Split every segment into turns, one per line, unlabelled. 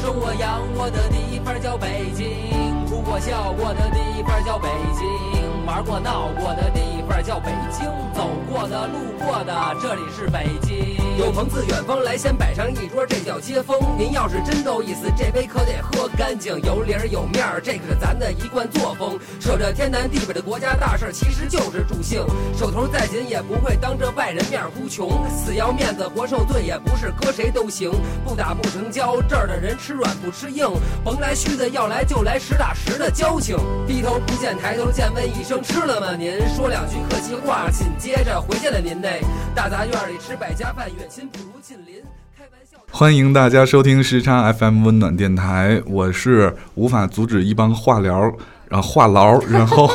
生我养我的地方叫北京，哭过笑过的地方叫北京，玩过闹过的地方叫北京，走过的路过的这里是北京。有朋自远方来，先摆上一桌，这叫接风。您要是真够意思，这杯可得喝干净，有理儿有面儿，这可是咱的一贯作风。扯着天南地北的国家大事儿，其实就是助兴。手头再紧也不会当着外人面哭穷，死要面子活受罪也不是搁谁都行。不打不成交，这儿的人吃软不吃硬，甭来虚的，要来就来实打实的交情。低头不见抬头见，问一声吃了吗？您说两句客气话，紧接着回见了您嘞。大杂院里吃百家饭，远亲不如近邻。开玩笑。
欢迎大家收听时差 FM 温暖电台，我是无法阻止一帮话聊，然后话痨， 然后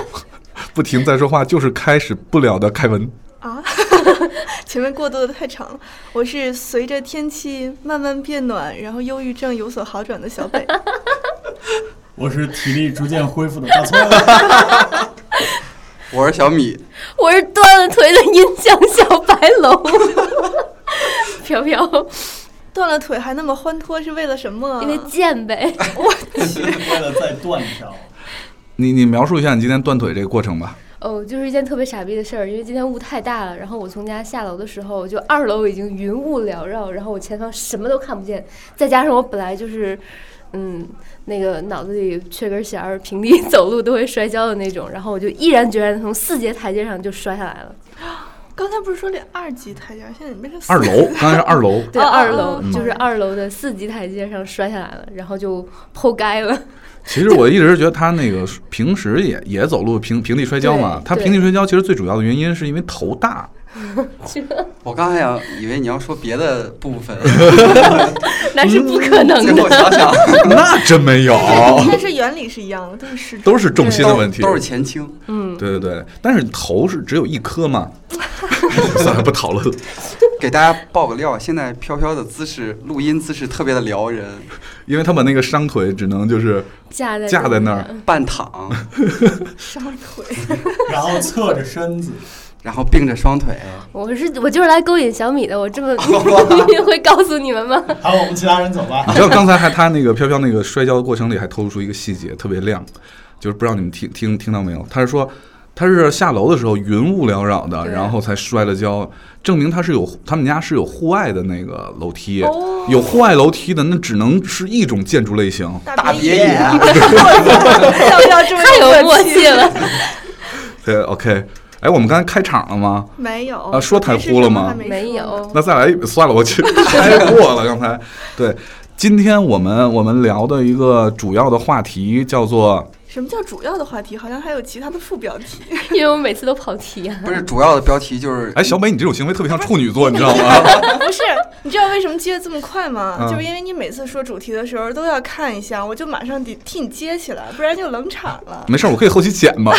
不停在说话，就是开始不了的凯文。
啊， 前面过渡的太长了。我是随着天气慢慢变暖，然后忧郁症有所好转的小 北。
我是体力逐渐恢复的大葱，
我是小米，
我是断了腿的音响小白 龙，飘飘，
断了腿还那么欢脱，是为了什么、啊？
因为贱 呗。
为了再断一条，
你你描述一下你今天断腿这个过程吧。
哦，就是一件特别傻逼的事儿，因为今天雾太大了，然后我从家下楼的时候，就二楼已经云雾缭绕，然后我前方什么都看不见，再加上我本来就是，嗯，那个脑子里缺根弦儿，平 地走路都会摔跤的那种，然后我就毅然决然地从四阶台阶上就摔下来了。
刚才不是说这二级台阶，现在你变成四
二 楼，刚才是二楼，
对，
哦哦
二
哦
楼
哦
就是二楼的四级台阶上摔下来了，然后就剖开了。
其实我一直觉得他那个平时也也走路平平地摔跤嘛，
对
他
对
平地摔跤其实最主要的原因是因为头大。
我刚还想以为你要说别的部分，
那是不可能
嗯
结果
的。
想想
那真没有，
但是原理是一样的，都是失重。
哦都是重心的问题。
都是前倾，
嗯，
对对对，但是头是只有一颗 嘛。算了，不讨论了。
给大家爆个料，现在飘飘的姿势，录音姿势特别的撩人，
因为他把那个伤腿只能就是
架在
架在那儿，
半躺，
伤腿。
然后侧着身子，
然后并着双腿，
我是我就是来勾引小米的，我 这么会告诉你们吗？
好，我们其他人走吧
你。知道啊刚才还他那个飘飘那个摔跤的过程里还透露出一个细节特别亮，就是不知道你们听听听到没有？他是说他是下楼的时候云雾缭绕的，
对
然后才摔了跤，证明他是有他们家是有户外的那个楼梯，
哦
有户外楼梯的那只能是一种建筑类型。
大别
别
野
野，要不要这么
太有默契了。
对，OK，哎，我们刚才开场了吗？
没有
啊说太呼了吗
还没
没
说呢
有，
那再来一算了，我去开过了刚才。对，今天我们我们聊的一个主要的话题叫做
什么叫主要的话题？好像还有其他的副标题。
因为我每次都跑题啊。
不是主要的标题就是
哎，小美，你这种行为特别像处女座，你知道吗？
不是，你知道为什么接的这么快吗？
嗯
就是因为你每次说主题的时候都要看一下，我就马上得替你接起来，不然就冷场 了。
没事儿，我可以后期剪嘛。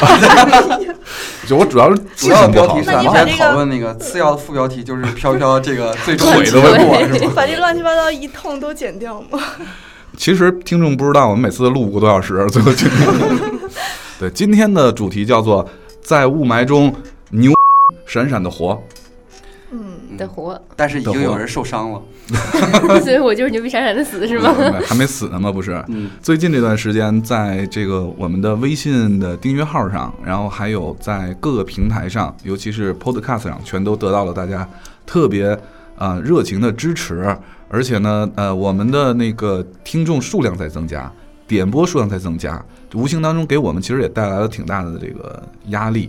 就我主要是
主
记
要
性
的
不
标
好
题，是
那
咱
你
们在
把这个
讨论那个，次要的副标题就是飘飘这个最终
腿的问
结果是吗？
把这乱七八糟一通都剪掉吗？
其实听众不知道，我们每次都录五个多小时，最后就对今天的主题叫做在雾霾中牛 闪闪的活。
嗯，
得活，
但是已经有人受伤了，
所以我就是牛逼闪闪的死是吗？
对还没死呢吗？不是。
嗯，
最近这段时间，在这个我们的微信的订阅号上，然后还有在各个平台上，尤其是 Podcast 上，全都得到了大家特别呃热情的支持。而且呢，呃，我们的那个听众数量在增加，点播数量在增加，无形当中给我们其实也带来了挺大的这个压力。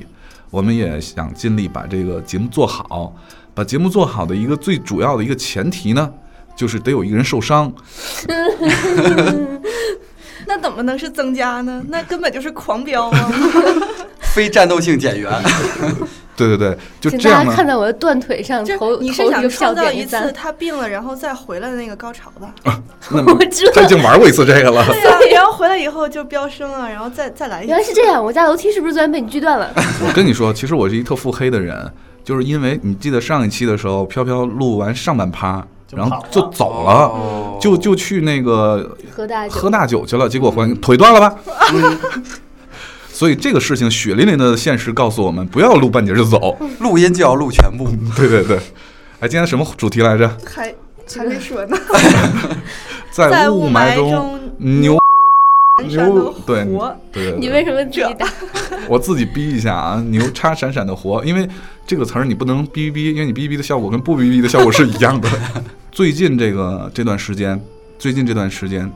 我们也想尽力把这个节目做好，把节目做好的一个最主要的一个前提呢，就是得有一个人受伤。
那怎么能是增加呢？那根本就是狂飙 啊！
非战斗性减员，
对对对，就
请
这
大
样
家
呢。
看在我的断腿上，
这
头
你是
头一
想
个笑
创造
点
一 次
赞。
他病了然后再回来的那个高潮吧？
哦那
我知道
他已经玩过一次这个了。
对呀、然后回来以后就飙升啊，然后再再来一
原来是
次。
这样，我家楼梯是不是昨天被你锯 断了？
我跟你说，其实我是一特腹黑的人，就是因为你记得上一期的时候，飘飘录完上半趴，
就
然后
跑了
就走了，
哦
就就去那个
喝大酒，嗯
喝大酒去了，结果还腿断了吧。 所以这个事情血淋淋的现实告诉我们，不要录半截就 走。
录音就要录全部，
对对对，哎，今天什么主题来着？
还还没说呢，
在雾
雾
霾中
中
牛
闪
牛
的
对
活。
对，对
你为什么自己打？
我自己逼一下啊，牛叉闪闪的活，因为这个词儿你不能逼逼，因为你逼逼的效果跟不逼逼的效果是一样的。最近这个这段时间，最近这段时间，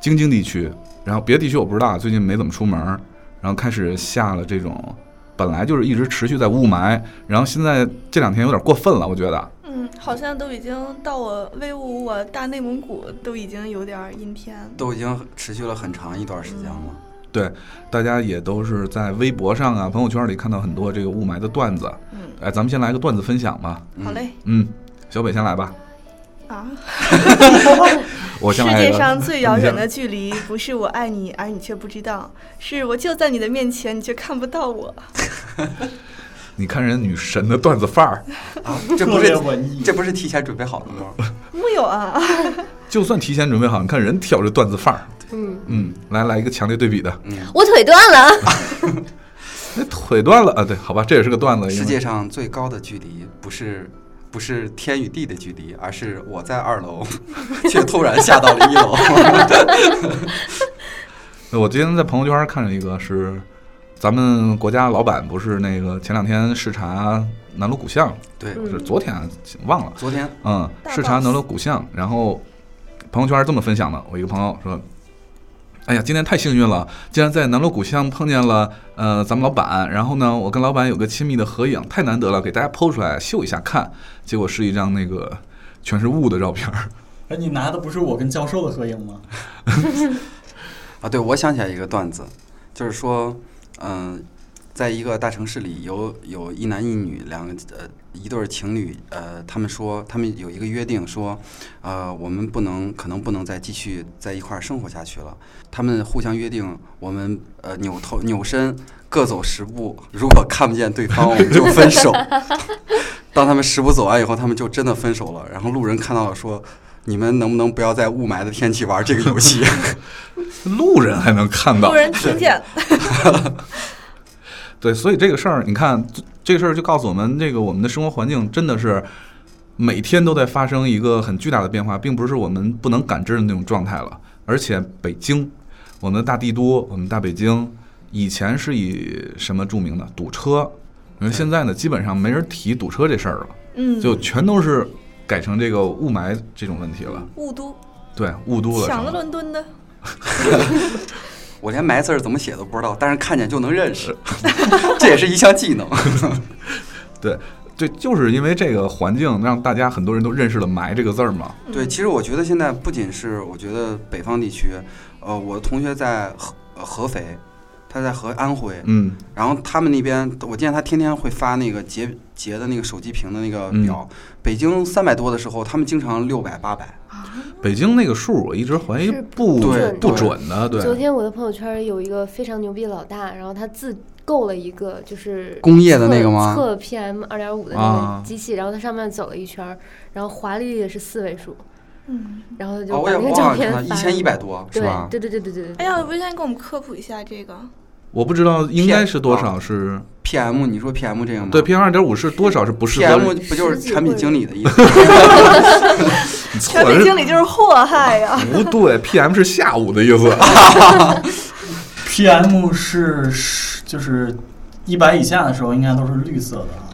京津地区，然后别的地区我不知道，最近没怎么出门儿，然后开始下了这种，本来就是一直持续在雾霾，然后现在这两天有点过分了，我觉得。
嗯，好像都已经到我威武，我大内蒙古都已经有点儿阴天了。
都已经持续了很长一段时间了。
对，大家也都是在微博上啊、朋友圈里看到很多这个雾霾的段子。
嗯，
哎，咱们先来个段子分享吧。
好嘞
嗯，小北先来吧，
啊！
我
世
先来一
界
个。
上最遥
你
远
先
的距离，不是我爱你，而你却不知道；是我就在你的面前，你却看不到我。
你看人女神的段子范儿，
啊，这不
特别
是
文艺。
这不是提前准备好的
嗯
吗？
木有啊，
就算提前准备好，你看人挑着段子范儿，
嗯，
嗯，来来一个强烈对比的，
我腿断了。
那腿断了啊，对，好吧，这也是个段子，因为
世界上最高的距离不是不是天与地的距离，而是我在二楼， 却突然下到了一楼。
我今天在朋友圈看着一个是，咱们国家老板不是那个前两天视察南锣鼓巷，
对，
是
嗯
昨天啊忘了，
昨天
嗯，
大
视察
boss
南锣鼓巷，然后朋友圈是这么分享的，我一个朋友说。哎呀，今天太幸运了，竟然在南锣鼓巷碰见了呃咱们老板，然后呢，我跟老板有个亲密的合影，太难得了，给大家剖出来秀一下看。结果是一张那个全是雾的照片儿，
哎，你拿的不是我跟教授的合影吗？
啊，对，我想起来一个段子，就是说，嗯、在一个大城市里有有一男一女两个呃一对儿情侣，呃，他们说他们有一个约定说，呃，我们不能可能不能再继续在一块儿生活下去了。他们互相约定，我们呃扭头扭身各走十步，如果看不见对方，我们就分手。 当他们十步走完以后，他们就真的分手了。然后路人看到了说。你们能不能不要在雾霾的天气玩这个游戏？
路人还能看到
路。人听 见了。
对，所以这个事儿，你看这这个事儿就告诉我们，这个我们的生活环境真的是每天都在发生一个很巨大的变化，并不是我们不能感知的那种状态了。而且北京，我们的大帝都，我们大北京，以前是以什么著名的堵车，因为现在呢，基本上没人提堵车这事儿了，
嗯，
就全都是改成这个雾霾这种问题了。
雾都
对，雾都了。
嗯抢
成
了
了
伦敦的，
我连埋字儿怎么写都不知道，但是看见就能认识， 这也是一项技能。
嗯
对对，就是因为这个环境，让大家很多人都认识了“霾”这个字儿嘛。
对，其实我觉得现在不仅是我觉得北方地区，呃，我同学在合呃合肥，他在合安徽，
嗯，
然后他们那边我见他天天会发那个截截的那个手机屏的那
嗯
个表，北京三百多的时候，他们经常六百八百，
北京那个数，我一直怀疑
是
不
不准
不
的
准的，
昨
对，
天我的朋友圈有一个非常牛逼的老大，然后他自购了一个就是
工业的那个吗
测测 PM 二点五的那
啊
个机器，然后他上面走了一圈儿，然后华丽也是四位数，
嗯，
然后
哦，
他就
我
把
也
那个
忘
照
了看
片
到
发
一千一百多是吧？
对对对对对对
哎
对，
呀，不是先给我们科普一下这个？
我不知道应该
骗
是多
啊
少是，
，PM 你说 PM 这个吗？
对，PM 二点五是多少是不适合
PM
人？
不就是
十几
产品
个
经理的意思吗？
你错
产
了
品经理就是祸
啊
害呀、
不对，PM 是下午的意思，
啊
PM 是是就是一百以下的时候，应该都是绿色的啊。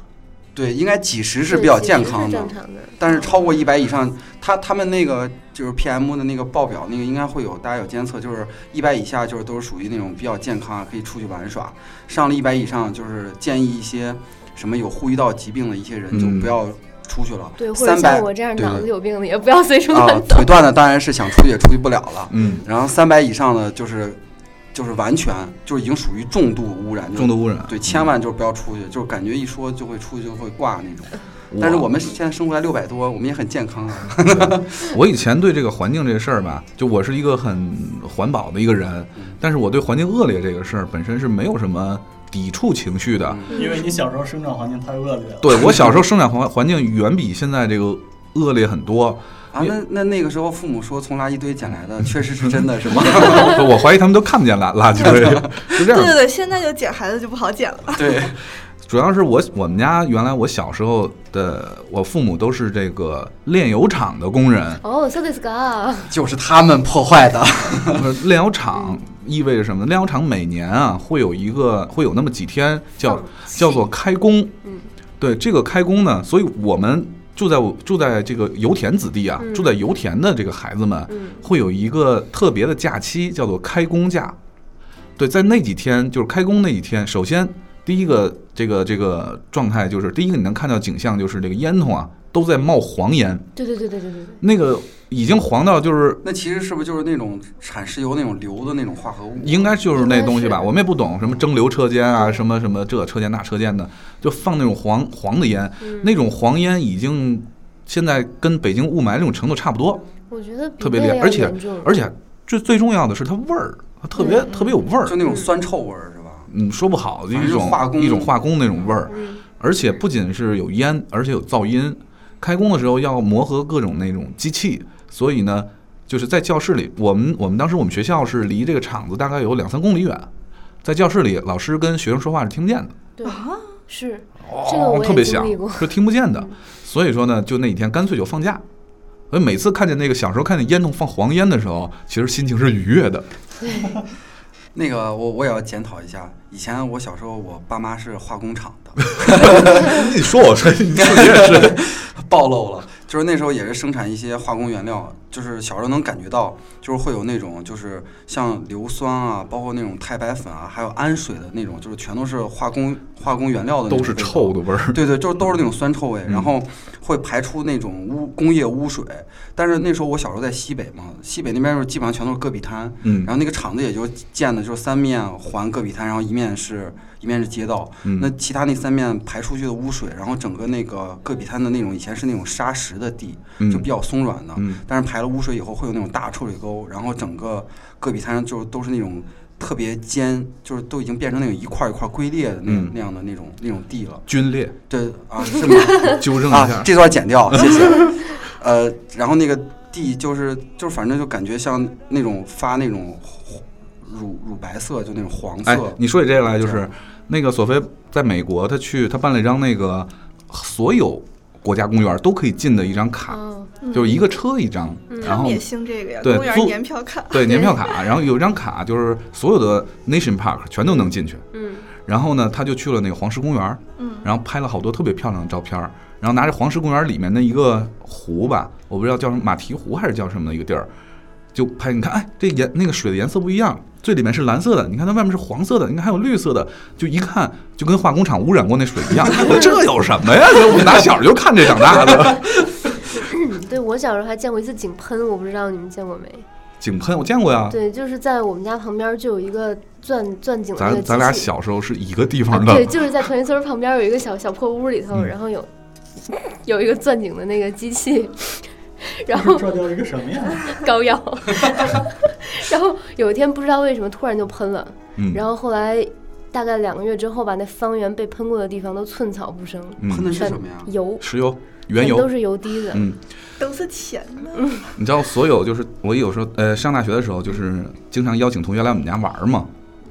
对，应该几十是
对
比较
其实
健
是
康的
正。常的。
但是超过一百以上，他他们那个就是 PM 的那个报表，那个应该会有大家有监测，就是一百以下就是都是属于那种比较健康啊，可以出去玩耍。上了一百以上，就是建议一些什么有呼吸道疾病的一些人就
嗯
不要出去了。
对，或者
三百
像我这样
对
脑子有病的也不要随处
啊
乱，走
腿。断的当然是想出去也出去不了了。
嗯，
然后三百以上的就是就是完全就是已经属于重度污染，就
重度污染。
对，千万就是不要出去，就是感觉一说就会出去就会挂那种。
我
但是我们现在生活在六百多，我们也很健康啊。
我以前对这个环境这事儿吧，就我是一个很环保的一个人，
嗯
但是我对环境恶劣这个事儿本身是没有什么抵触情绪的。
嗯
因为你小时候生长环境太恶劣了。
对我小时候生长环环境远比现在这个恶劣很 多，
啊，那那那个时候父母说从垃圾堆捡来的，确 实是真的，是吗？
我 怀疑他们都看不见垃垃圾堆，是这
对
样的
对。对，现在就捡孩子就不好捡了。
对，
主要是我我们家原来我小时候的我父母都是这个炼油厂的工人，
哦，so this guy，
就是他们破坏的。
呃炼油厂意味着什么呢？炼油厂每年啊会有一个会有那么几天叫
放气
叫做开工，
哦嗯，
对这个开工呢，所以我们住在我住在这个油田子弟啊，
嗯
住在油田的这个孩子们
嗯
会有一个特别的假期，叫做开工假。对，在那几天就是开工那几天，首先第一个这个这个状态就是第一个你能看到景象就是这个烟囱啊都在冒黄烟，
对对对对对对对，
那个已经黄到就是
那其实是不是就是那种产石油那种硫的那种化合物？
应该就是那东西吧，
应该是
我们也不懂什么蒸馏车间啊，什么什么这车间那车间的，就放那种黄黄的烟，
嗯
那种黄烟已经现在跟北京雾霾那种程度差不多，
我觉得比
特别
那
厉害，
要
而且
严重
而且最最重要的是它味儿，它特别
嗯
特别有味儿
就，那种酸臭味儿是吧？
嗯，说不好
反正
一
是
种
化工
一种化工那种味儿，
嗯
而且不仅是有烟，而且有噪音。开工的时候要磨合各种那种机器，所以呢，就是在教室里，我们我们当时我们学校是离这个厂子大概有两三公里远，在教室里，老师跟学生说话是听不见的，
对
啊，
是这个
哦，
我
特别
也经
响
历过，，嗯
是听不见的。所以说呢，就那一天干脆就放假。所以每次看见那个小时候看见烟囱放黄烟的时候，其实心情是愉悦的。
那个我我也要检讨一下，以前我小时候我爸妈是化工厂的，
你说我 说你自己也是，
暴露了。就是那时候也是生产一些化工原料，就是小时候能感觉到，就是会有那种就是像硫酸啊，包括那种钛白粉啊，还有氨水的那种，就是全都是化工化工原料的那种
都是
味道
臭的味儿。
对对，就是都是那种酸臭味，
嗯
然后会排出那种污工业污水。但是那时候我小时候在西北嘛，西北那边就是基本上全都是戈壁滩，
嗯
然后那个厂子也就建的就是三面环戈壁滩，然后一面是一面是街道，
嗯
那其他那三面排出去的污水，然后整个那个戈壁滩的那种以前是那种沙石的地，
嗯
就比较松软的，
嗯
但是排了污水以后会有那种大臭水沟，然后整个戈壁滩就都是那种。特别尖，就是都已经变成那种一块儿一块儿龟裂的那、
嗯
那样的那种那种地了。
皲裂，
对啊，是 吗？
纠正一下。
啊，这段剪掉，谢谢。呃，然后那个地就是就是反正就感觉像那种发那种乳乳白色，就那种黄色。
哎，你说起这个来，就
这
是
样
那个索菲在美国，他去他办了一张那个所有国家公园都可以进的一张卡，
哦，
嗯
就是一个车一张，
他
然
们
后
也兴这个呀，
对
公园
租
年票卡。
对年票卡，然后有一张卡就是所有的 Nation Park 全都能进去。
嗯，
然后呢，他就去了那个黄石公园，
嗯，
然后拍了好多特别漂亮的照片儿，然后拿着黄石公园里面的一个湖吧，我不知道叫什么马蹄湖还是叫什么的一个地儿，就拍，你看，哎，这颜那个水的颜色不一样，最里面是蓝色的，你看它外面是黄色的，你看还有绿色的，就一看就跟化工厂污染过那水 一样，这有什么呀？这我们打小就看这长大 的。
对我小时候还见过一次井喷，我不知道你们见过没？
井喷我见过呀，
对，就是在我们家旁边就有一个钻钻井的那个
咱
机
咱俩
器
小时候是一个地方
啊对，
的，
就是在团结村旁边有一个小小破屋里头，
嗯
然后有有一个钻井的那个 机器，然
这
后
这叫一个什么呀？
膏药，然后有一天不知道为什么突然就喷了，
嗯，
然后后来大概两个月之后吧，那方圆被喷过的地方都寸草不生，
喷
嗯，
的是
全
什么呀？
油，
石油原
全都
油，
是油滴子。
嗯。
都是钱呢。
你知道，所有就是我有时候呃上大学的时候，就是经常邀请同学来我们家玩儿嘛。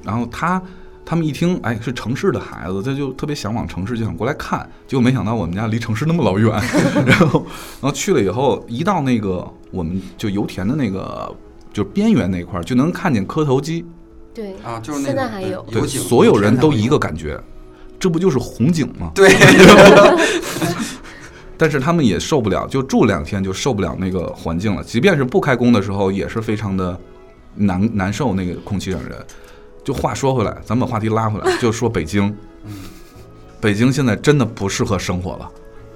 然后他他们一听，哎，是城市的孩子，他就特别向往城市，就想过来看。结果没想到我们家离城市那么老远， 然后然后去了以后，一到那个我们就油田的那个就是边缘那一块儿，就能看见磕头机。
对，
啊，就是那
现在
种
还
对
有
对，
井
所有人
天才
都
会
一
有
个感觉，这不就是红警吗？
对，
但是他们也受不了，就住两天就受不了那个环境了。即便是不开工的时候，也是非常的难难受，那个空气让人。就话说回来，咱们把话题拉回来，就说北京。北京现在真的不适合生活了。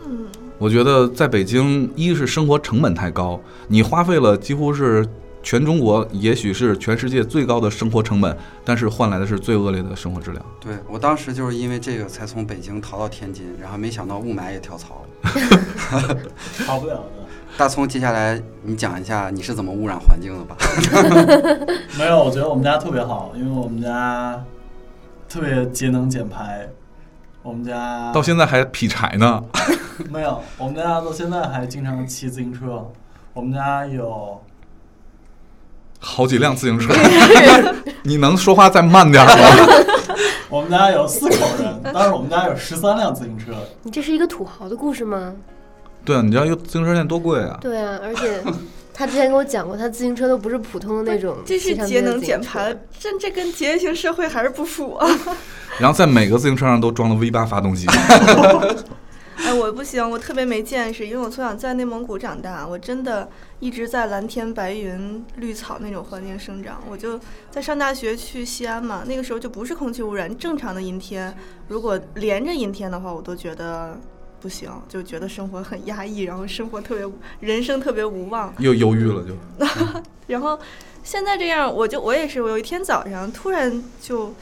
嗯，
我觉得在北京，一是生活成本太高，你花费了几乎是全中国，也许是全世界最高的生活成本，但是换来的是最恶劣的生活质量。
对我当时就是因为这个才从北京逃到天津，然后没想到雾霾也跳槽了。
逃不了的。
大葱，接下来你讲一下你是怎么污染环境的吧？
没有，我觉得我们家特别好，因为我们家特别节能减排。我们家
到现在还劈柴呢，
没有，我们家到现在还经常骑自行车。我们家有
好几辆自 行车，你能说话再慢点儿吗？
我们家有四口人，当时我们家有十三辆自行车，
你这是一个土豪的故事吗？
对啊，你知道有自行车店多贵啊？
对啊，而 且他之前跟我讲过，他自行车都不是普通的那种，
这是节能减排，，这这跟节约型社会还是不符啊！
然后在每个自行车上都装了 V 八发动机。
哎，我不行，我特别没见识，因为我从小在内蒙古长大，我真的一直在蓝天白云、绿草那种环境生长。我就在上大学去西安嘛，那个时候就不是空气污染，正常的阴天，如果连着阴天的话，我都觉得不行，就觉得生活很压抑，然后生活特别无人生特别无望。
又忧郁了就，
然后现在这样，我就我也是，我有一天早上突然就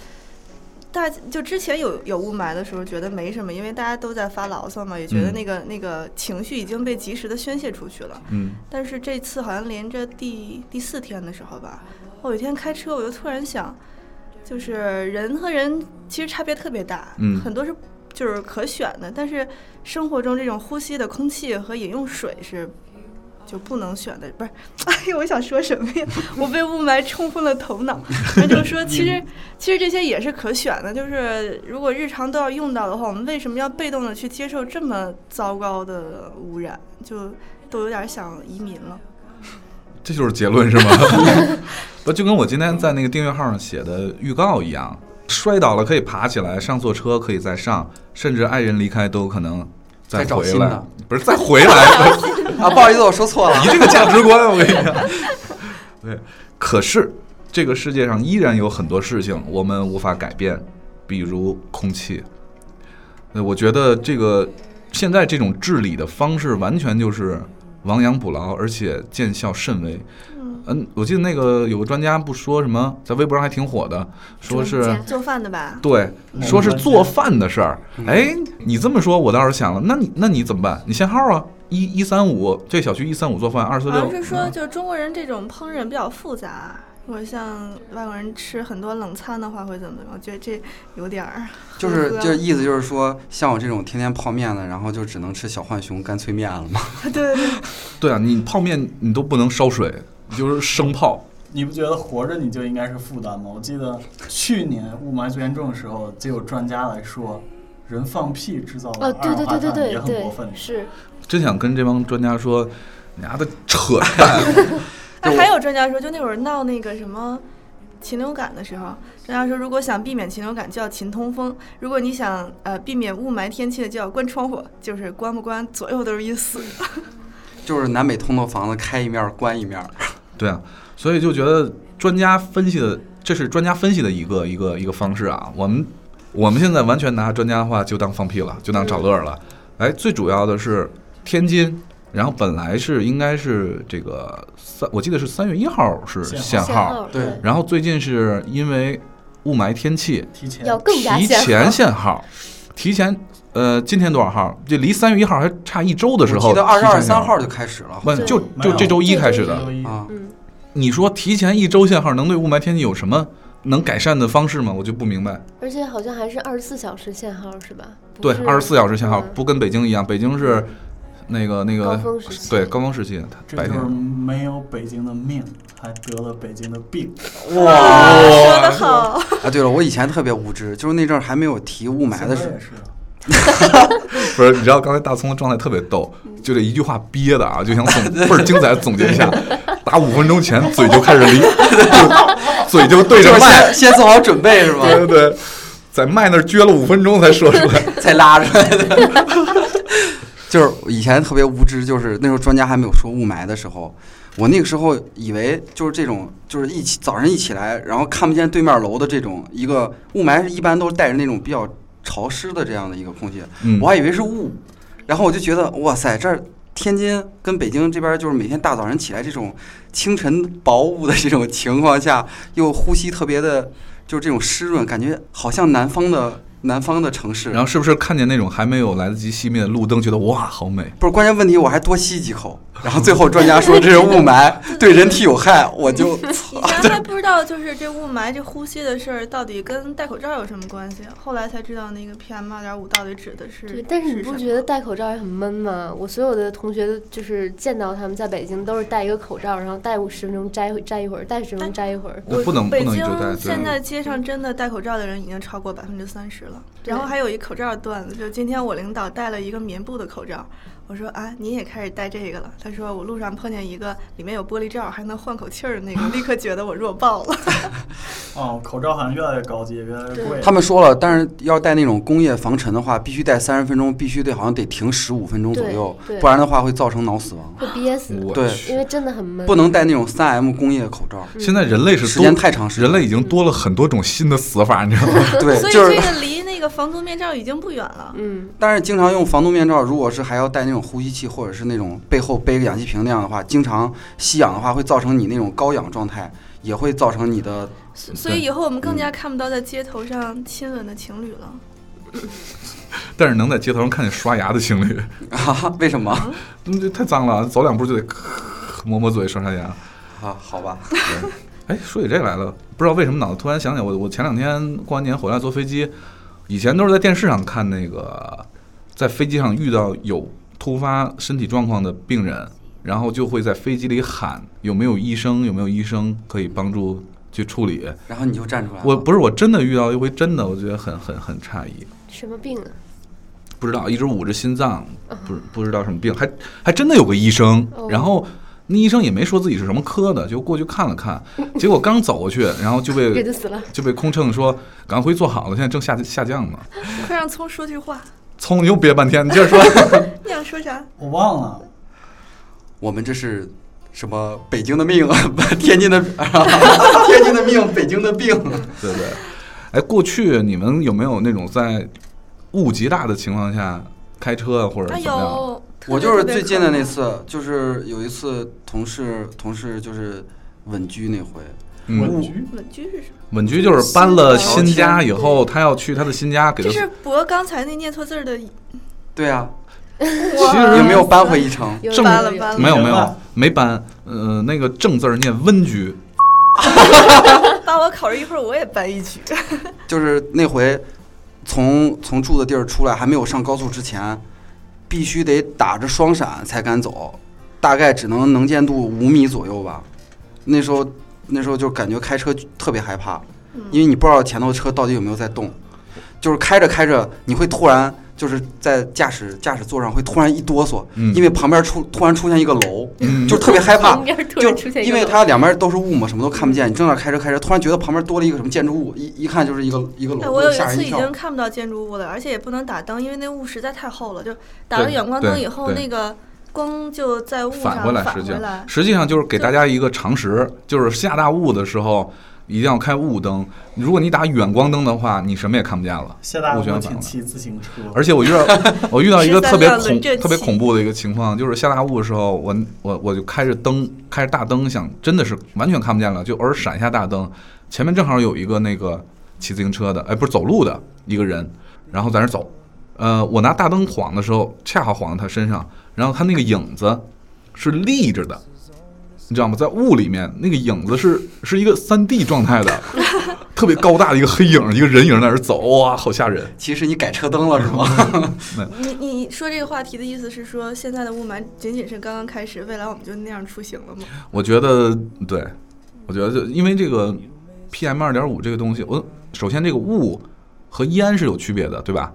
大就之前有有雾霾的时候觉得没什么，因为大家都在发牢骚嘛，也觉得
嗯
那个、那个情绪已经被及时的宣泄出去了。
嗯，
但是这次好像连着第第四天的时候吧，我有一天开车，我就突然想，就是人和人其实差别特别大，
嗯
很多是就是可选的，但是生活中这种呼吸的空气和饮用水是。就不能选的，不是？ 哎呦，我想说什么呀？我被雾霾冲昏了头脑。那就是说，其实其实这些也是可选的，就是如果日常都要用到的话，我们为什么要被动的去接受这么糟糕的污染？就都有点想移民了。
这就是结论是吗？ 不就跟我今天在那个订阅号上写的预告一样，摔倒了可以爬起来，上错车可以再上，甚至爱人离开都有可能再
再找
回
新
来
的，
不是再回来。
啊，不好意思，我说错了
你。这个价值观，我跟你 讲，对。可是这个世界上依然有很多事情我们无法改变，比如空气。呃，我觉得这个现在这种治理的方式完全就是亡羊补牢，而且见效甚微。嗯，我记得那个有个专家不说什么，在微博上还挺火的，说是
专家
做饭的吧？
对，说是做饭的事儿。哎，你这么说，我倒是想了，那你那你怎么办？你限号啊，一一三五，这小区一三五做饭，二四
好
六嗯
像是说，就是中国人这种烹饪比较复杂。如果像外国人吃很多冷餐的话，会怎么样？我觉得这有点儿
就是
呵呵
就是意思就是说，像我这种天天泡面的，然后就只能吃小浣熊干脆面了嘛。
对对对，
对啊，你泡面你都不能烧水，你就是生泡。
你不觉得活着你就应该是负担吗？我记得去年雾霾最严重的时候，就有专家来说，人放屁制造
哦，
的二
对
氧
对
化
对对
碳也
对
很过分
对，。是
真想跟这帮专家说，你丫的扯淡！啊
哎，还有专家说，就那会儿闹那个什么禽流感的时候，专家说，如果想避免禽流感，就要勤通风；如果你想呃避免雾霾天气的，就要关窗户，就是关不关，左右都是一死。
就是南北通透房子开一面儿关一面儿，
对啊，所以就觉得专家分析的，这是专家分析的一个一个一个方式啊。我们我们现在完全拿专家的话就当放屁了，就当找乐儿了。
嗯
哎，最主要的是天津，然后本来是应该是这个三，我记得是三月一号是
限号
限
限
号，
号
对
然后最近是因为雾霾天气，
提前
要更加
提
限
前
号。
限号，提前呃，今天多少号？就离三月一号还差一周的时候，
我记得二十二
提前限
三号就开始了。
不
对
就就这周一开始
这
的。
周一
啊，
嗯，
你说提前一周限号能对雾霾天气有什么能改善的方式吗？我就不明白。
而且好像还是二十四小时限号是吧？不
对
是，
二十四小时限号
嗯
不跟北京一样，北京是那个那
高
个
峰时期
对高峰时期，它
这
白
就
天
是没有北京的命，还得了北京的病。
啊说得好，
啊，对了，我以前特别无知，就是那阵儿还没有提雾霾的
现
时
在
候
也，是，
不是，你知道刚才大葱的状态特别逗，就这一句话憋的啊，就想总 倍儿精彩地总结一下，打五分钟前嘴就开始 离，就嘴就对
就
着
是
麦
先，先做好准备是吧？
对对对，在麦那儿撅了五分钟才说出来。
才拉出来的。 就是以前特别无知，就是那时候专家还没有说雾霾的时候，我那个时候以为就是这种，就是一起早上一起来，然后看不见对面楼的这种一个雾霾，一般都是带着那种比较潮湿的这样的一个空气，
嗯
我还以为是雾，然后我就觉得哇塞，这儿天津跟北京这边就是每天大早上起来这种清晨薄雾的这种情况下，又呼吸特别的，就是这种湿润，感觉好像南方的南方的城市，
然后是不是看见那种还没有来得及熄灭的路灯，觉得哇好美？
不是关键问题，我还多吸几口，然后最后专家说这是雾霾，对人体有害，我就
以前还不知道，就是这雾霾这呼吸的事儿到底跟戴口罩有什么关系，后来才知道那个 PM 二点五到底指的是
对，但是你不
什么
觉得戴口罩也很闷吗？我所有的同学就是见到他们在北京都是戴一个口罩，然后戴五十分钟摘摘一会儿，戴十分钟摘一会儿。
不能不
北
能一
京
直戴，
现
对
在街上真的戴口罩的人已经超过百分之三十了。了。
对
然后还有一口罩的段子，就今天我领导戴了一个棉布的口罩，我说啊，你也开始戴这个了。他说我路上碰见一个里面有玻璃罩还能换口气儿 的那个，立刻觉得我弱爆了。
哦，口罩好像越来越高级，越来越贵。
他们说了，但是要戴那种工业防尘的话，必须戴三十分钟，必须得好像得停十五分钟左右
对，对
不然的话会造成脑死亡。
会憋死，
我
对
去
因为真的很闷。
不能戴那种三 M 工业口罩，
现在人类是
时
多
间太长时间
人类已经多了很多种新的死法，你知道吗？
对
所，以
就
这
是。
个离那个防毒面罩已经不远了。
嗯，
但是经常用防毒面罩，如果是还要戴那种呼吸器，或者是那种背后背个氧气瓶那样的话，经常吸氧的话，会造成你那种高氧状态，也会造成你的
所所以以后我们更
嗯
加看不到在街头上亲吻的情侣了。
但是能在街头上看见刷牙的情侣，
哈哈，为什么？
嗯，这太脏了，走两步就得咳抹抹嘴、刷刷牙。
啊，好吧，
哎，说起这个来了，不知道为什么脑子突然想起来我，我前两天过完年回来坐飞机，以前都是在电视上看那个，在飞机上遇到有突发身体状况的病人，然后就会在飞机里喊有没有医生，有没有医生可以帮助去处理。
然后你就站出来了。
我不是我真的遇到一回真的，我觉得很很很诧异，
什么病啊？
不知道一直捂着心脏，不不知道什么病，还还真的有个医生
哦，
然后。那医生也没说自己是什么科的，就过去看了看，结果刚走过去，然后就被
给就死了。
就被空乘说赶快坐好了，现在正下下降呢。
快让葱说句话，
聪，你又憋半天，你接着说。
你想说啥？
我忘了，
我们这是什么？北京的命，不 天津的，啊 天津的命，北京的病。啊
对对。哎，过去你们有没有那种在雾极大的情况下开车啊或者
哎
怎么样？
呦，特别
我就是
特别
最近的
可
那
怕
次，就是有一次同事同事就是稳居那回，
嗯，
文具
稳居是什么？
稳居就是搬了新家以后，他要去他的新家给
这
他。
是博刚才那念错字儿的，
对啊，
其实
有没有搬回一城？
有
正
搬了搬了
没有没
明
有
白
没搬，呃，那个正字儿念温居，
把我考着一会儿我也搬一局。
就是那回从从住的地儿出来，还没有上高速之前，必须得打着双闪才敢走，大概只能能见度五米左右吧。那时候那时候就感觉开车特别害怕，
嗯
因为你不知道前头车到底有没有在动，就是开着开着你会突然。就是在驾驶驾驶座上会突然一哆嗦，
嗯
因为旁边出突然出现一个楼，
嗯
就特别害怕
旁。边突
就
然出现一
因
个
为
楼
它两边都是雾嘛，什么都看
嗯
不见。你正在开车开车，突然觉得旁边多了一个什么建筑物，一一看就是一个一个
哎，
楼，
我有一
吓人
次
一
已
跳
经。看不到建筑物了，而且也不能打灯，因为那雾实在太厚了。就打了
对
远光灯
对
以后，
对
那个光就在雾上
返回来，
返
实际
回
上
来。
实际上就是给大家一个常识，就是下大雾的时候一定要开雾灯。如果你打远光灯的话，你什么也看不见了。
下大
雾全
雾
返
请
了。
骑自行车。
而且我遇到我遇到一个特别
13辆
恐
轮震器
特别恐怖的一个情况，就是下大雾的时候，我我我就开着灯，开着大灯，想真的是完全看不见了，就偶尔闪一下大灯，前面正好有一个那个骑自行车的，哎，不是走路的一个人，然后在那儿走，呃，我拿大灯晃的时候，恰好晃到他身上，然后他那个影子是立着的。你知道吗？在雾里面，那个影子是是一个三 D 状态的， 特别高大的一个黑影，一个人影在那儿走，哇，好吓人！
其实你改车灯了是吗？
你你说这个话题的意思是说，现在的雾霾仅仅是刚刚开始，未来我们就那样出行了吗？
我觉得对，我觉得就因为这个 PM 二点五这个东西，我首先这个雾和烟是有区别的，对吧？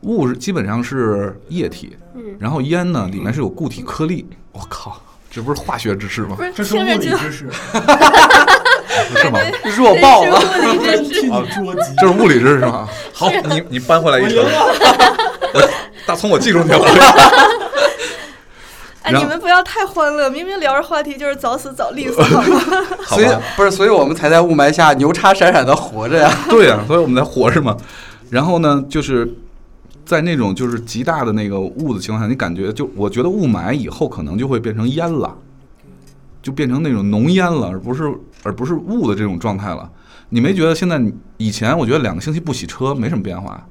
雾是基本上是液体，
嗯
然后烟呢里面是有固体颗粒。我靠，这不是化学知识吗
不？是，
这是物
听着
理
就
知识，
不是吗？
嗯
弱爆了！
真是物理真是
替你捉急。
这是物理知识吗？好，你你搬回来
我
一
赢
程。
了，
大葱，我 记住你了。
哎，
然后
你们不要太欢乐，明明聊着话题就是早死早利索，好吗？
好
所以
吧，
不是，所以我们才在雾霾下牛叉闪闪的活着呀。
对呀、所以我们才活着嘛。然后呢，就是在那种就是极大的那个雾的情况下，你感觉就我觉得雾霾以后可能就会变成烟了，就变成那种浓烟了，而不是而不是雾的这种状态了。你没觉得现在你以前我觉得两个星期不洗车没什么变化，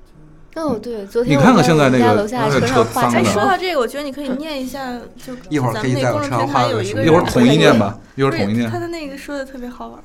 哦，对，
嗯
昨
你
天我
看看
在
现在
我们
那
家
个
楼下
那个
车
车
上画
脏
哎，
的啊
说到这个，我觉得你可以念一下，就
一会儿
咱
可以
们那
在
公
我
众
上
平台
画个
有
什
一
么
个
一会儿
人
统一念吧，一会
不
儿统一
是
念
他。的那个说的特别好玩儿，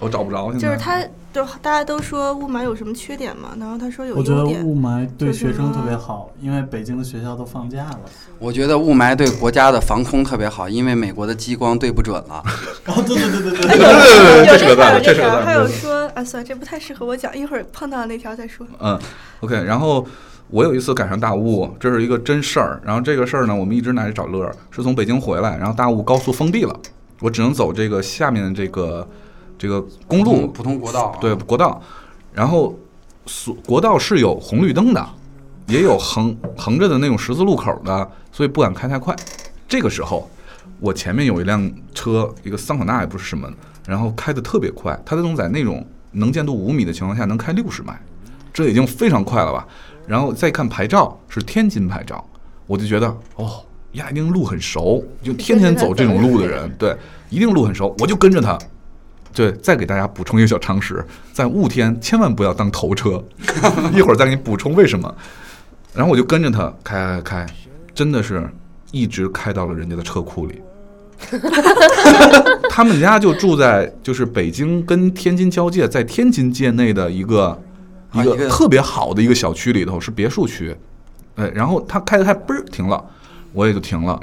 我找不着现在。
就是他，就大家都说雾霾有什么缺点嘛，然后他说有
我觉得
优点，
雾霾对
就是
学生
说
特别好，因为北京的学校都放 假了。
我觉得雾霾对国家的防空特别好，因为美国的激光对不准了。
哦，对对对对对对。
对
哎有
对对
有
这是个段
条
子这
这
是个段
条，
子
还有
这是
说啊，算了，这不太适合我讲，一会儿碰到那条再说。
嗯，OK，然后我有一次赶上大雾，这是一个真事儿。然后这个事儿呢，我们一直拿着找乐儿，是从北京回来，然后大雾高速封闭了，我只能走这个下面的这个这个公路，
普通国道、啊，
对国道，然后所国道是有红绿灯的，也有横横着的那种十字路口的，所以不敢开太快。这个时候，我前面有一辆车，一个桑塔纳也不是什么，然后开的特别快，它能在那种能见度五米的情况下能开六十迈，这已经非常快了吧？然后再看牌照是天津牌照，我就觉得哦，亚丁路很熟，就天天走这种路的人，对，一定路很熟，我就跟着他，对，再给大家补充一个小常识，在雾天千万不要当头车， 一会儿再给你补充为什么。然后我就跟着他开开开，真的是一直开到了人家的车库里。他们家就住在就是北京跟天津交界，在天津界内的一个
啊一
个
个
特别好的一个小区里头，是别墅区。哎，然后他开的开嘣儿停了，我也就停了。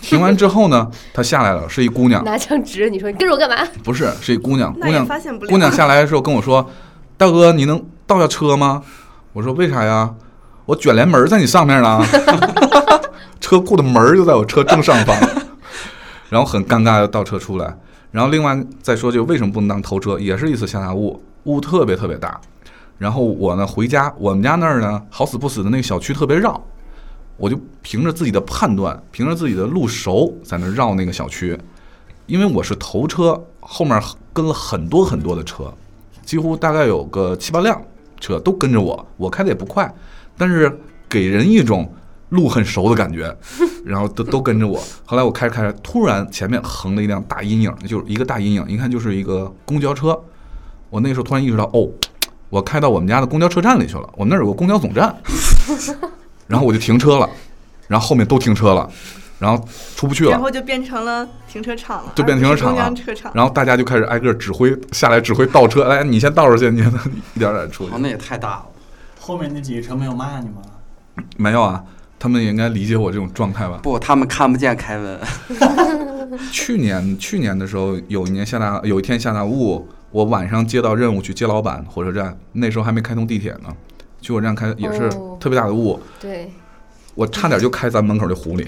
停完之后呢，他下来了，是一姑娘，
拿枪指着你说：“你跟着我 干嘛
不是，是一姑娘，
那
姑
也
娘
发现不了。
姑娘下来的时候跟我说：“ 大哥，你能倒下车吗？”我说：“为啥呀？我卷帘门在你上面呢， 车库的门儿就在我车正上方。” 然后很尴尬的倒车出来。然后另外再说，就为什么不能当头车，也是一次下大雾，雾特别特别大。然后我呢回家，我们家那儿呢好死不死的那个小区特别绕，我就凭着自己的判断，凭着自己的路熟，在那儿绕那个小区。因为我是头车，后面跟了很多很多的车，几乎大概有个七八辆车都跟着我，我开的也不快，但是给人一种路很熟的感觉， 然后都都跟着我。后来我开着开着，突然前面横了一辆大阴影，就是一个大阴影，一看就是一个公交车。我那时候突然意识到，哦，我开到我们家的公交车站里去了，我们那儿有个公交总站，然后我就停车了，然后后面都停车了，然后出不去了。
然后就变成了停车场了，
啊就变停车场了
而不是公交车场。
然后大家就开始挨个指挥下来指挥倒车，来你先倒着去，你先一点点出去
哦，。那也太大了。
后面那几个车没有骂你吗？
没有啊，他们也应该理解我这种状态吧？
不，他们看不见凯文。
去年去年的时候，有一年下大有一天下大雾，我晚上接到任务去接老板火车站，那时候还没开通地铁呢，去火车站开也是
哦
特别大的雾，？”
对，
我差点就开咱门口这 湖里。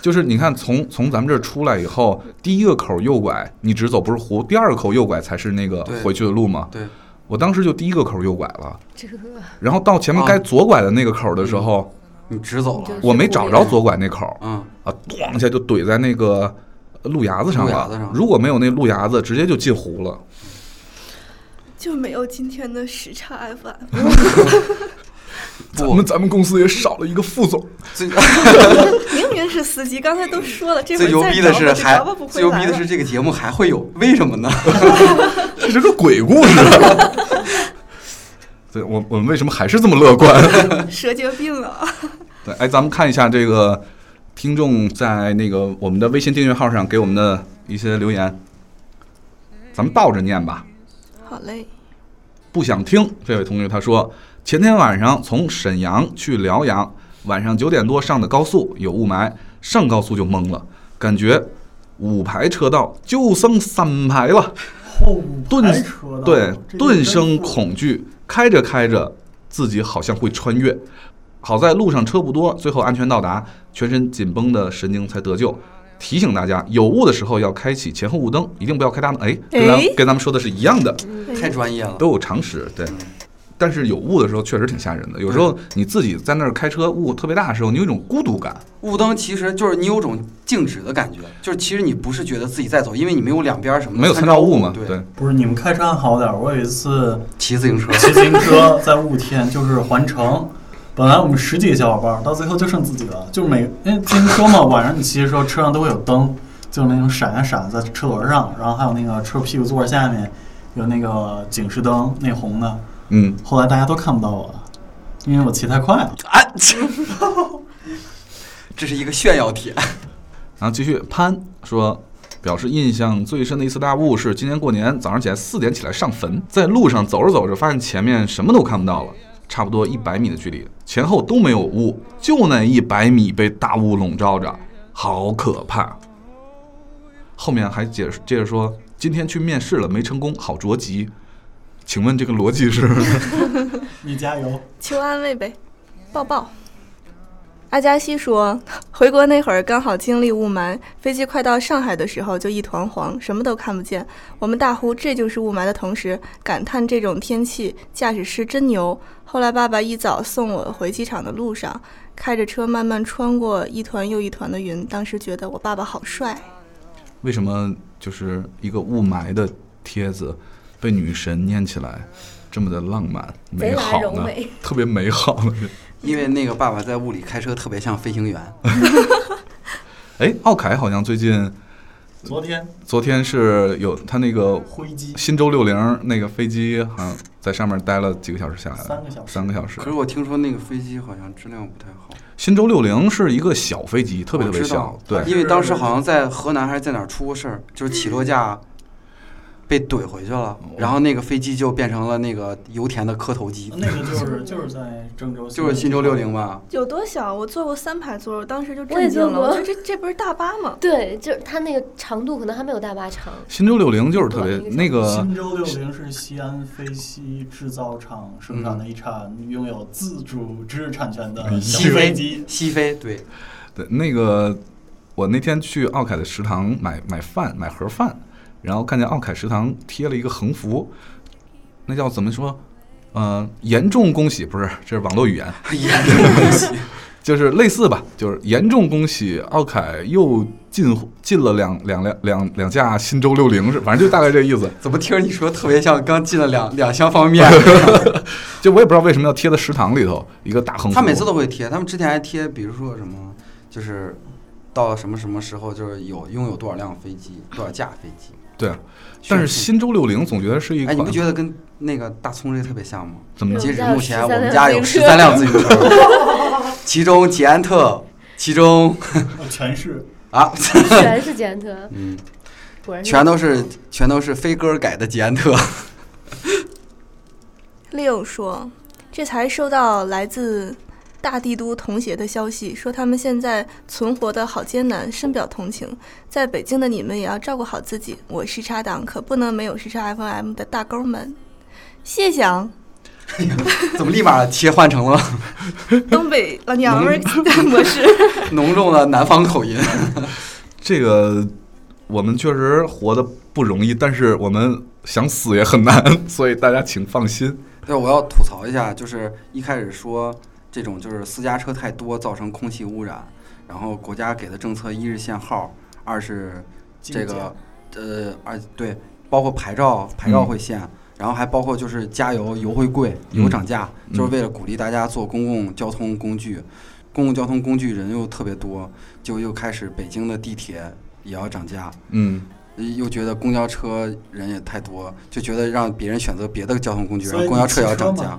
就是你看从，从咱们这儿出来以后，第一个口右拐，你直走不是湖，第二个口右拐才是那个
对
回去的路嘛。
对，
我当时就第一个口右拐了，
这个
然后到前
啊
面该左拐的那个口的时候，
你直走了。
我没找着左拐那口
嗯，
啊，咣一下就怼在那个呃路牙子上
路牙子
了
上。
如果没有那路牙子，直接就进湖了。
就没有今天的时差 FM，
咱
不
们，咱们公司也少了一个副总，
最
明明是司机，刚才都说了，这
最
会儿
牛
再
逼的
找
是
我就
还
找不回
最牛逼
来
的
了
是。这个节目还会有，为什么呢？
这是个鬼故 事。对我，我们为什么还是这么乐观？
蛇结病了，
对，哎，咱们看一下这个听众在那个我们的微信订阅号上给我们的一些留言，咱们倒着念吧。
好嘞，
不想听。这位同学他说，前天晚上从沈阳去辽阳，晚上九点多上的高速，有雾霾，上高速就懵了，感觉五排车道就剩三排了，
后五
顿
排车道
对，
这个
顿
真
生
是
恐惧，开着开着自己好像会穿越。好在路上车不多，最后安全到达，全身紧绷的神经才得救。提醒大家，有雾的时候要开启前后雾灯，一定不要开大灯。哎，跟咱
哎
跟咱们说的是一样的。
嗯
太专业了。
都有常识，对。但是有雾的时候确实挺吓人的，有时候你自己在那儿开车，雾特别大的时候，你有一种孤独感。
雾灯其实就是你有种静止的感觉，就是其实你不是觉得自己在走，因为你没有两边儿什么的
没有参
参
照
物
物嘛？
对，
对，
不是你们开车还好点儿，我有一次
骑自 行车。
骑自行车在雾天，就是环城。本来我们十几个小伙伴儿，到最后就剩自己了。就每因为自行车嘛，晚上你骑的时候车上都会有灯，就是那种闪呀闪在车轮上，然后还有那个车屁股座下面有那个警示灯，那红的。
嗯，
后来大家都看不到我了，因为我骑太快了。
啊，
哎
这 这是一个炫耀帖。
然后继续潘说，表示印象最深的一次大雾是今年过年早上起来四点起来上坟，在路上走着走着，发现前面什么都看不到了，差不多一百米的距离，前后都没有雾，就那一百米被大雾笼罩着，好可怕。后面还解释接着说，今天去面试了没成功，好着急。请问这个逻辑是？
你加油！
求安慰呗，抱抱。阿加西说， 回国那会儿刚好经历雾霾，飞机快到上海的时候就一团黄，什么都看不见。我们大呼这就是雾霾的同时，感叹这种天气驾驶师真牛。后来爸爸一早送我回机场的路上，开着车慢慢穿过一团又一团的云，当时觉得我爸爸好帅。
为什么就是一个雾霾的帖子被女神念起来这么的浪漫美
贼拉
好
柔
呢？
美。
特别美好呢？
因为那个爸爸在雾里开车特别像飞 行员，
哎，奥凯好像最近
昨天
昨天是有他那个
灰机
新洲六零那个飞机，好像在上面待了几个小时下来了，
三个小时
三个小时
可是。我听说那个飞机好像质量不太好，
新洲六零是一个小飞机，特别特别
我知
小
道，
对，
因为当时好像在河南还是在哪儿出过事儿，就是起落架被怼回去了，
哦
然后那个飞机就变成了那个油田的磕头机，
那个就是就是在郑州，
就是新洲六零吧？
有多小？我坐过三排座，我当时就
我也
震惊
坐
了。我
过
说这这不是大巴吗？
对，就是它那个长度可能还没有大 巴长。
新洲六零就是特别
对
那个
新洲六零是西安飞西制造厂生产的一产拥有自主知识产权的小飞机。
西飞对，
对，那个我那天去奥凯的食堂买买饭，买盒饭，然后看见奥凯食堂贴了一个横幅，那叫怎么说？呃，严重恭喜，不是，这是网络语言，
严重东西，
就是类似吧，就是严重恭喜奥凯又进进了两两辆两两架新洲六零，是，反正就大概这意思。
怎么听着你说特别像刚进了两两箱方 便面？
就我也不知道为什么要贴在食堂里头一个大横幅，
他每次都会贴，他们之前还贴，比如说什么，就是到什么什么时候，就是有拥有多少辆飞机，多少架飞机。
对啊，但是新洲六零总觉得是一
哎，
款
你不觉得跟那个大葱这特别像吗？
怎么
嗯
截止
我们
目前，
家有
我们
13
家有
辆
十
自行车
三辆自行车， 其中捷安特，其中
呃全是
啊，
全是捷安特，
嗯，
果然是
全都是全都是飞哥改的捷安特。
六说，这才收到来自大帝都童协的消息，说他们现在存活的好艰难，深表同情。在北京的你们也要照顾好自己，我时差党可不能没有时差 FM 的大钩们。谢谢啊，
怎么立马切换成了
东北啊老娘们儿模式。
浓重的南方口音？
这个我们确实活得不容易，但是我们想死也很难， 所以大家请放心。
对，我要吐槽一下，就是一开始说这种就是私家车太多造成空气污染，然后国家给的政策一是限号，二是这个呃二对，包括牌照牌照
嗯
会限，然后还包括就是加油油会贵，油
嗯
涨价，就是为了鼓励大家坐公共交通工具，公共交通工具人又特别多，就又开始北京的地铁也要涨价，
嗯，
又觉得公交车人也太多，就觉得让别人选择别的交通工具，
所以
让公交车也要涨
你骑车
价。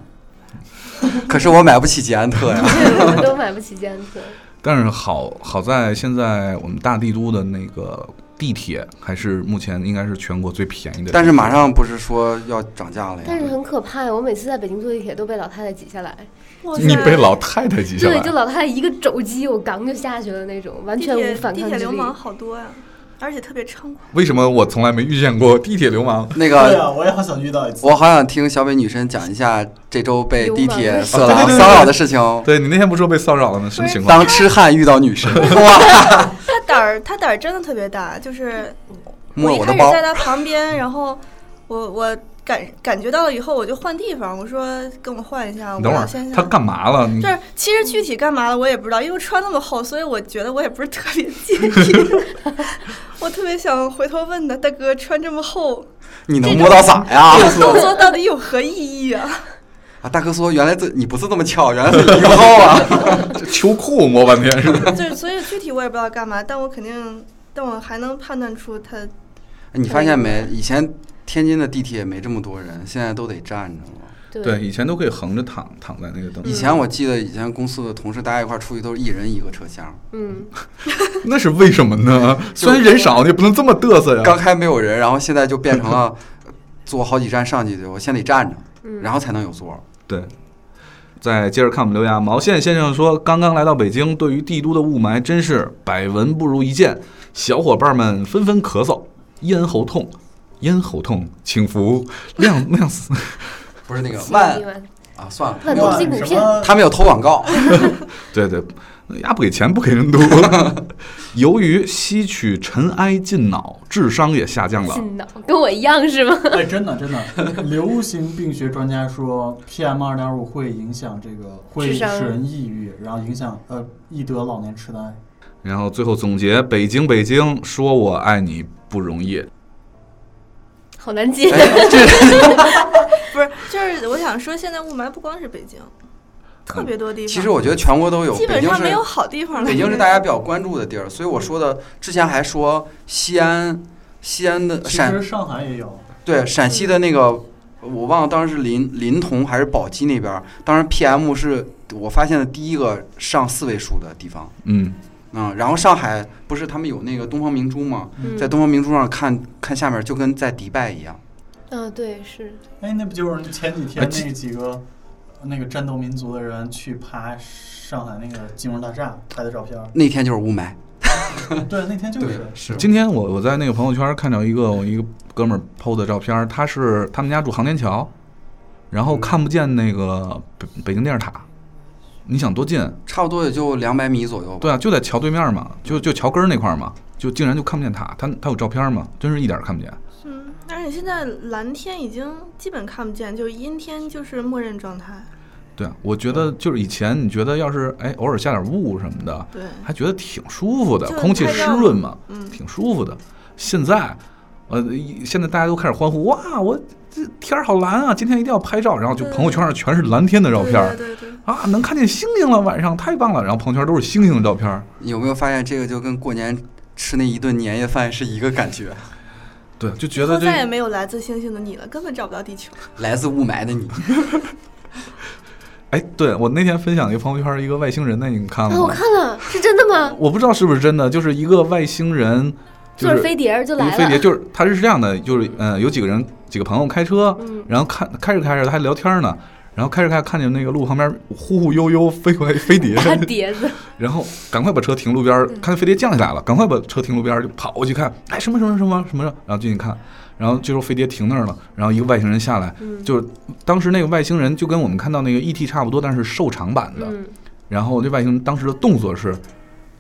可是我买不起捷安特呀，
对，我 们都买不起捷安特。
哎但是好好在现在我们大帝都的那个地铁还是目前应该是全国最便宜的。
但是马上不是说要涨价了
但是
呀？
很可怕呀！我每次在北京坐地铁都被老太太挤下来，
你被老太太挤下
对
来，，
就老太太一个肘击，我刚就下去了那种，完
地
全
铁
无反
地
抗
铁
之
流
力。
氓好多呀、啊而且特别猖狂。
为什么我从来没遇见过地铁流氓？
那
对
个，
啊，我也好想遇到一次。
我好想听小北女神讲一下这周被地铁
流
色
氓对对
狼
对对
骚扰的事情哦。
对你那天不说被骚扰了吗？什么情况？
当痴汉遇到女神， 哇，
他胆儿，他胆儿真的特别大，就是
摸
一
我的
开始
包
在，他旁边，然后我我感感觉到了以后，我就换地方，我说跟我换一下，
你等会
我
儿
先
他干嘛了？你
就是其实具体干嘛了我也不知道，因为穿那么厚，所以我觉得我也不是特 别介意。我特别想回头问他，大哥穿这么厚，
你能摸到啥呀？
动作到底有何意义啊？
啊，大哥说原来这你不是这么翘，原来是零号啊！
这秋裤摸半天是吧？
就是所以具体我也不知道干嘛，但我肯定，但我还能判断出他
你发现没？以前天津的地铁没这么多人，现在都得站着了。
对
对，以前都可以横着躺躺在那个凳
以
子，
前我记得以前公司的同事大家一块儿出去都是一人一个车厢，
嗯，
那是为什么呢？虽然人少，你也不能这么嘚瑟
刚
呀。
开没有人，然后现在就变成了坐好几站上去，我先得站着，
嗯
然后才能有座儿。
对。再接着看我们留言啊，毛线先生说：“刚刚来到北京，对于帝都的雾霾真是百闻不如一见，小伙伴们纷纷咳嗽、咽喉痛、咽喉痛，请服亮 亮死。
不是那个
希望
万
你们
啊，算了，
万
没有了
东西
什
骨
么
片
他们有投广 告，
对对，丫不给钱不给人多。由于吸取尘埃进脑，智商也下降了。
进脑，跟我一样是吗？
哎，真的真的， 流行病学专家说，PM 二点五会影响这个，会
智
使
商
人抑郁，然后影响呃易得老年痴呆。
然后最后总结：北京，北京，说我爱你不容易。
好难接。
哎
哎
不是，就是我想说，现在雾霾不光是北京，特别多地方，
嗯其实我觉得全国都有，
基
北
本
京
上
是
没有好地方了。
北京是大家比较关注的地儿，所以我说的之前还说西安，西安的
其
陕
实上海也有，
对陕西的那个，我忘了当时是临临潼还是宝鸡那边儿，当时 PM 是我发现的第一个上四位数的地方。
嗯，
嗯，然后上海不是他们有那个东方明珠吗？
嗯
在东方明珠上看看下面，就跟在迪拜一样。
嗯，对，是
哎，那不就是前几
哎
天
其
那几个那个战斗民族的人去爬上海那个金融大厦拍的照片儿？
那天就是雾霾，
对，那天就是。
是
今天我我在那个朋友圈看到一个我一个哥们儿 PO 的照片儿，他是他们家住航天桥，然后看不见那个北北京电视塔，你想多近？
差不多也就两百米左右吧。
对啊，就在桥对面嘛，就就桥根儿那块儿嘛，就竟然就看不见塔，他他有照片吗？真是一点儿看不见。
嗯，而且现在蓝天已经基本看不见，就是阴天就是默认状态。
对啊，我觉得就是以前你觉得要是哎偶尔下点雾什么的，
对，
还觉得挺舒服的，
就是
空气
太
湿
热了
润嘛，
嗯
挺舒服的。现在，呃，一现在大家都开始欢呼哇，我这天儿好蓝啊，今天一定要拍照。然后就
对
朋友圈上全是蓝天的照片儿
对对对对，
啊，能看见星星了，晚上太棒了。然后朋友圈都是星星的照片儿。
有没有发现这个就跟过年吃那一顿年夜饭是一个感觉？
对，就觉
以
得
后
这
再也没有来自星星的你了，根本找不到地球。
来自雾霾的你，
哎，对我那天分享一个朋友圈一个外星人，那你们看
啊，
了
我
吗？
看了，是真的吗？
我不知道是不是真的，就是一个外星人，就
坐
是
着飞碟儿就
一个
来
飞碟，
了，
就是他是这样的，就是嗯、呃有几个人几个朋友开车，
嗯
然后看开着开着他还聊天呢，然后开着开着看见那个路旁边忽忽悠悠飞过来一飞 碟，
大碟子，
然后赶快把车停路边，儿，看见飞碟降下来了，赶快把车停路边儿就跑过去看，哎什么什么什么什么，然后进去看，然后这时候飞碟停那儿了，然后一个外星人下来，
嗯
就是当时那个外星人就跟我们看到那个 E.T. 差不多，但是瘦长版的，
嗯，
然后这外星人当时的动作是，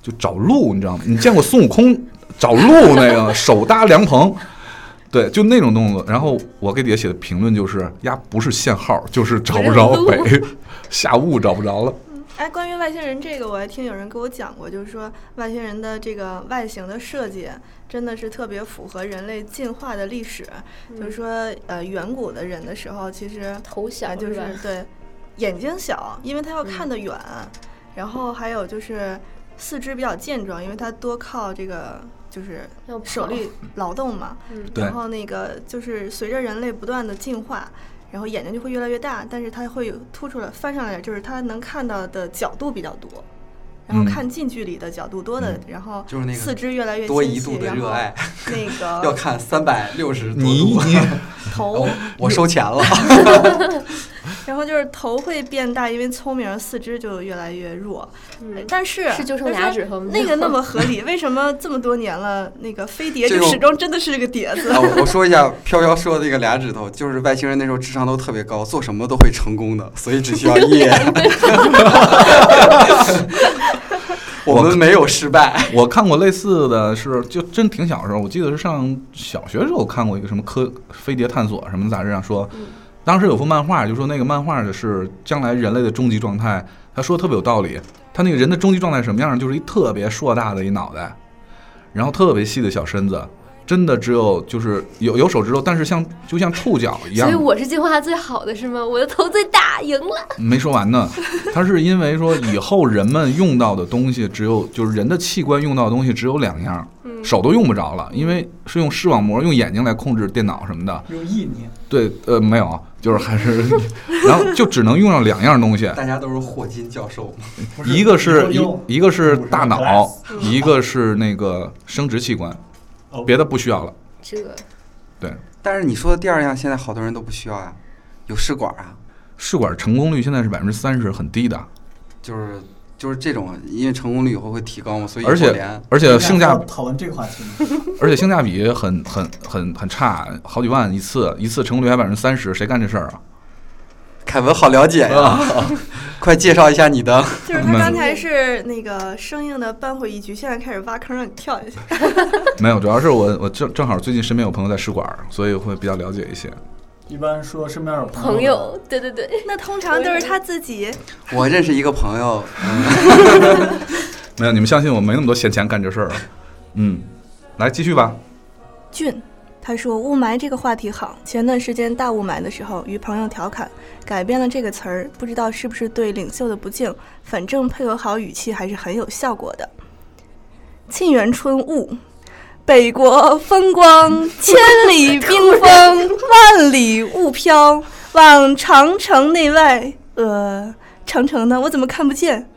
就找路，你知道吗？你见过孙悟空找路那个手搭凉棚， 对，就那种动作。然后我给底下写的评论就是：呀，不是限号，就是找不着
不是
北，下雾找不着了。
哎，关于外星人这个，我还听有人跟我讲过，就是说外星人的这个外形的设计真的是特别符合人类进化的历史。就是说，呃，远古的人的时候，其实
头小
啊，就是
吧？
对，眼睛小，因为他要看
嗯
得远，然后还有就是四肢比较健壮，因为他多靠这个就是
要跑
手力劳动嘛。
嗯
对
然后那个就是随着人类不断的进化，然后眼睛就会越来越大，但是它会有凸出来翻上来，就是它能看到的角度比较多。然
嗯
后看近距离的角度多的，然后
嗯就是那个
四肢越来越
多
纤
一
细
度的
然
热
后
爱
那
要
个
看三百六十多
你
度。 哦
你
头，
我收钱了，
然后就是头会变大，因为聪明，四肢就越来越弱。
嗯，
但是
是就剩
但
俩指头 吗
那个那么合理，为什么这么多年了，那个飞碟
这
就
种
始终真的是个碟子
啊，？我我说一下，飘飘说的那个俩指头，就是外星人那时候智商都特别高，做什么都会成功的，所以只需要一。 我们没有失败，
我看过类似的是，就真挺小的时候，我记得是上小学的时候看过一个什么科飞碟探索什么杂志上说，当时有幅漫画，就说那个漫画的是将来人类的终极状态，他说的特别有道理。他那个人的终极状态什么样？就是一特别硕大的一脑袋，然后特别细的小身子，真的只有就是有有手指头，但是像就像触角一样
所以。我是进化最好的是吗？我的头最大，赢了。
没说完呢，他是因为说以后人们用到的东西只有就是人的器官用到的东西只有两样，
嗯，
手都用不着了，因为是用视网膜、用眼睛来控制电脑什么的。
用意念，
对，呃，没有，就是还是，然后就只能用上两样东西，
大家都是霍金教授嘛，
不
一个是
用
一一个是
不是
大脑
glass，
一个是那个生殖器官
哦，
别的不需要了。
这个
对，
但是你说的第二样，现在好多人都不需要呀、有试管啊，
试管成功率现在是百分之三十，很低的，
就是就是这种，因为成功率以后会提高嘛，所以
而且
有连
而且性价
要讨论这个话题吗？
而且性价比很很很很差，好几万一次，一次成功率还百分之三十，谁干这事儿啊？
凯文好了解呀， 快介绍一下你的。
就是他刚
嗯
才是那个生硬的扳回一局，现在开始挖坑让你跳下 去。
没有，主要是我我正正好最近身边有朋友在试管，所以会比较了解一些。
一般说身边有
朋
友，
友，对对对，
那通常都是他自己，
我认识一个朋友，
没有，你们相信我，没那么多闲钱干这事儿啊。嗯，来继续吧。
俊，他说雾霾这个话题好。前段时间大雾霾的时候，与朋友调侃改变了这个词儿，不知道是不是对领袖的不敬，反正配合好语气还是很有效果的。沁园春雾，北国风 光，千里冰封，万里雾飘，往长城内外。呃，长城呢？我怎么看不见？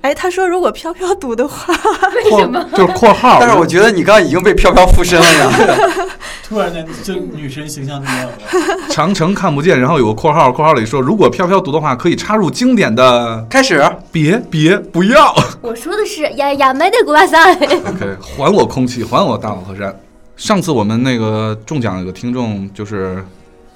哎，他说如果飘飘读的话，
为什么？就是括号。
但是我觉得你刚刚已经被飘飘附身了呀。
突然间就女神形象就没有了。
长城看不见，然后有个括号，括号里说，如果飘飘读的话，可以插入经典的
开始，
别别不要。
我说的是呀呀买的古巴塞，
OK，还我空气，还我大好河山。上次我们那个中奖有个听众就是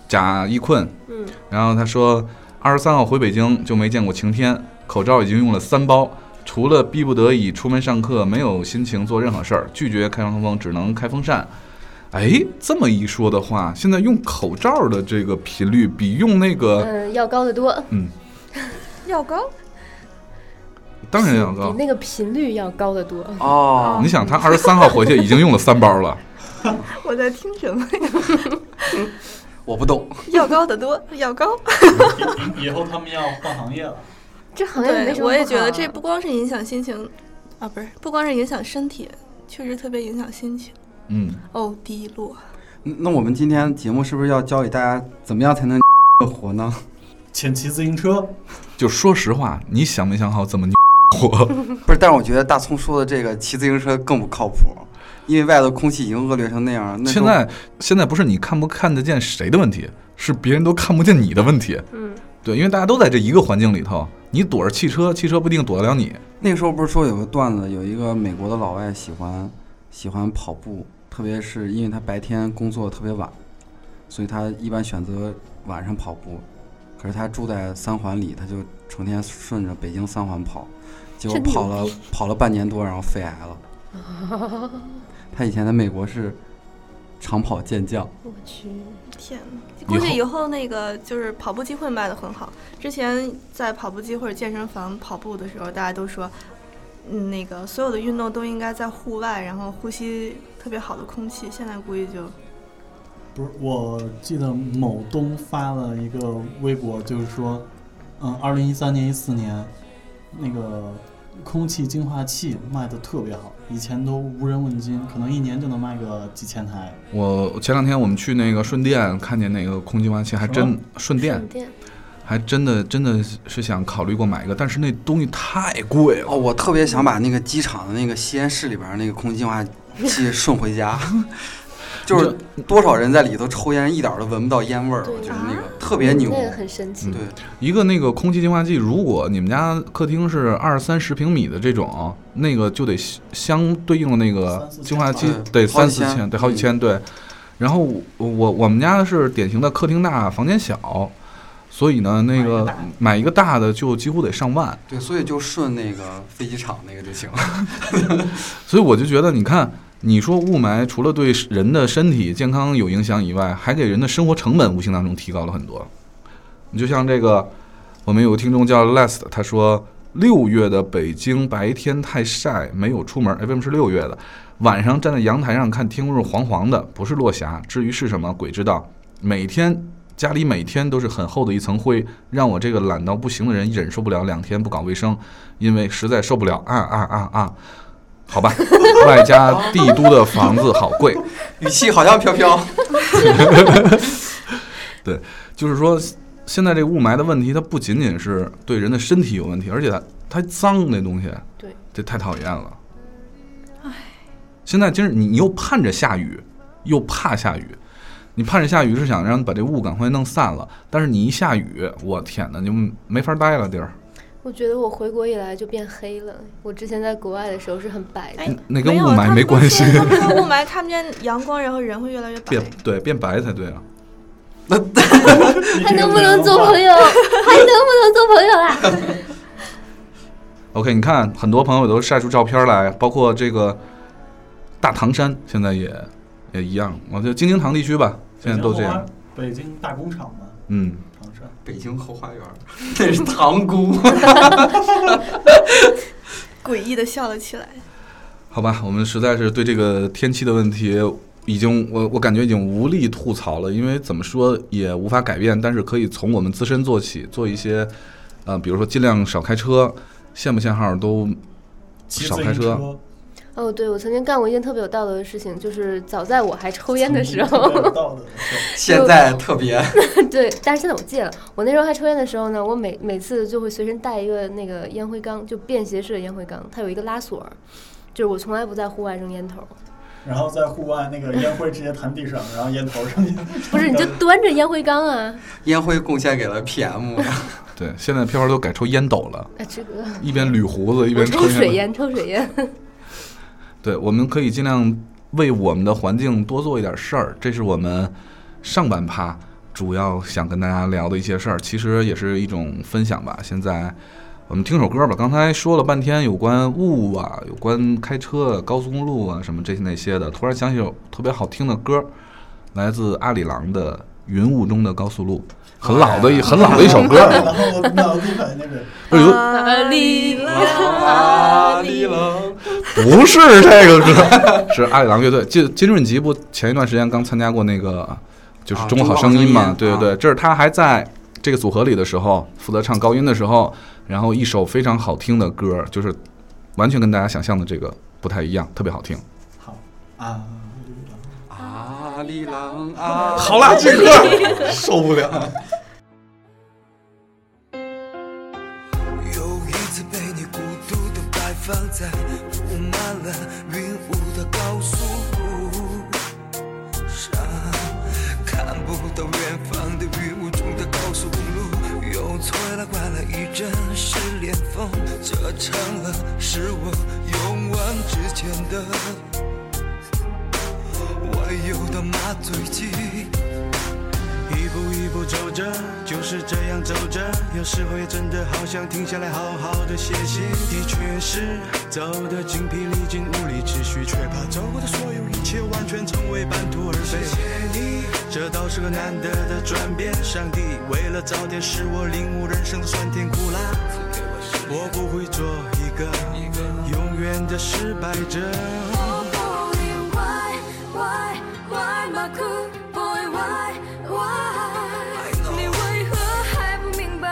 贾一坤，
嗯，
然后他说二十三号回北京就没见过晴天，口罩已经用了三包，除了逼不得已出门上课，没有心情做任何事儿，拒绝开窗通风，只能开风扇。哎，这么一说的话，现在用口罩的这个频率比用那个，
嗯，要高得多，
嗯，
药膏
当然要高
比。那个频率要高得多。
哦，
你想，他二十三号回去已经用了三包了，
我在听什么呀？
我不懂，
药膏的多，药膏。
以以后他们要换行业了，
这好像也没
对
什，么
我也
好
觉得
啊
这不光是影响心情，啊，不是，不光是影响身体，确实特别影响心情。
嗯。
哦，低落。
那我们今天节目是不是要教给大家怎么样才能 活呢？
请骑自行车。
就说实话，你想没想好怎么你 活？
不是，但是我觉得大葱说的这个骑自行车更不靠谱，因为外头空气已经恶劣成那样了。那时
现
候
在现在不是你看不看得见谁的问题，是别人都看不见你的问题。
嗯，
对，因为大家都在这一个环境里头，你躲着汽车，汽车不一定躲得了你。
那个时候不是说有个段子，有一个美国的老外喜欢喜欢跑步，特别是因为他白天工作特别晚，所以他一般选择晚上跑步。可是他住在三环里，他就成天顺着北京三环跑，结果
真牛
跑了跑了半年多，然后肺癌了。 他以前在美国是长跑健将，
我去，
天哪！
以
估计
后
以后那个就是跑步机会卖的很好。之前在跑步机或者健身房跑步的时候，大家都说，嗯，那个所有的运动都应该在户外，然后呼吸特别好的空气。现在估计就
不是，我记得某东发了一个微博，就是说，嗯，二零一三年、一四年，那个空气净化器卖的特别好，以前都无人问津，可能一年就能卖个几千台。
我前两天我们去那个顺电，看见那个空气净化器，还真顺电
省，电，
还真的真的是想考虑过买一个，但是那东西太贵了。
哦，我特别想把那个机场的那个吸烟室里边儿那个空气净化 器顺回家，就是多少人在里头抽烟，一点儿都闻不到烟味儿，
对
我觉得
啊
那个特别牛。
那个很神奇
对，，
一个那个空气净化器，如果你们家客厅是二三十平米的这种，那个就得相相对应的那个
三四千
净化器
吧
得
对好
三
几
四
千
千，对，好几千，对。然后我我我们家是典型的客厅大，房间小，所以呢，那个买一个大的就几乎得上万。
对，所以就顺那个飞机场那个就行了。
所以我就觉得，你看，你说雾霾除了对人的身体健康有影响以外，还给人的生活成本无形当中提高了很多。你就像这个，我们有个听众叫 Last，他说六月的北京白天太晒，没有出门。哎，为什么是六月的？晚上站在阳台上看天空是黄黄的，不是落霞。至于是什么，鬼知道。每天家里每天都是很厚的一层灰，让我这个懒到不行的人忍受不了两天不搞卫生，因为实在受不了啊啊啊啊！好吧， 外加帝都的房子好贵，
语气好像飘飘，
就是说现在这雾霾的问题，它不仅仅是对人的身体有问题，而且它它脏那东西，
对，
这太讨厌了。现在真是你你又盼着下雨，又怕下雨，你盼着下雨是想让把这雾赶快弄散了，但是你一下雨，我天哪，就没法待了地儿，
我觉得我回国以来就变黑了。我之前在国外的时候是很白的，
哎
那跟雾
有
霾
他们
没
说
关系
他们 说雾霾看不见阳光，然后人会越来越白
变。对变白才对啊。
还能不能做朋友？还能不能做朋友啊啦？
OK，你看很多朋友都晒出照片来，包括这个大唐山现在也也一样，我觉得京津唐地区吧，现在都这样。。
北京大工厂嘛，
嗯，
唐山。
北京后花园，那是塘沽。
诡异的笑了起来。
好吧，我们实在是对这个天气的问题已经，我我感觉已经无力吐槽了，因为怎么说也无法改变，但是可以从我们自身做起，做一些，呃，比如说尽量少开车，限不限号都
骑
少
自
开
行
车
车
哦，对，我曾经干过一件特别有道德的事情，就是早在我还抽烟的时
从
候
北，到的
现在特别，
对，但是现在我戒了。我那时候还抽烟的时候呢，我每每次就会随身带一个那个烟灰缸，就便携式的烟灰缸，它有一个拉锁儿，就是我从来不在户外扔烟头儿，
然后在户外那个烟灰直接弹地上，然后烟头上去。
不是你就端着烟灰缸啊，
烟灰贡献给了 PM。
对。现在飘飘都改抽烟斗了，
啊这个
一边捋胡子一
我
边
抽
抽
水
斗
烟，抽水烟。
对，我们可以尽量为我们的环境多做一点事儿，这是我们上半趴主要想跟大家聊的一些事儿，其实也是一种分享吧。现在我们听首歌吧。刚才说了半天有关雾啊，有关开车啊、高速公路啊什么这些那些的，突然想起有特别好听的歌，来自阿里郎的《云雾中的高速路》，很老的一很老的一首歌 了。
然后我脑子里面那个
哎呦，
阿里
阿里郎，
不是这个歌， 是阿里郎乐队。金金润吉不前一段时间刚参加过那个，就是《
啊
中国好声音》嘛，
中
对
国
对
好声音
对，
啊
这是他还在这个组合里的时候，负责唱高音的时候，然后一首非常好听的歌，就是完全跟大家想象的这个不太一样，特别好听。
好啊，
阿里郎，阿
好啦，这歌受不了。
有一次被你孤独的摆放在布满了云雾的高速上，看不到远方的云雾中的高速公路，又吹来刮来一阵失恋风，这成了是我勇往直前的我有的麻醉剂。一步一步走着，就是这样走着，有时候也真的好想停下来好好的歇息。的确是走得精疲力尽，无力持续，却怕走过的所有一切完全成为半途而废。谢谢你，这倒是个难得的转变。上帝为了早点使我领悟人生的酸甜苦辣，我不会做一个永远的失败者。
我不了，why why why my good boy why why？你为何还不明白？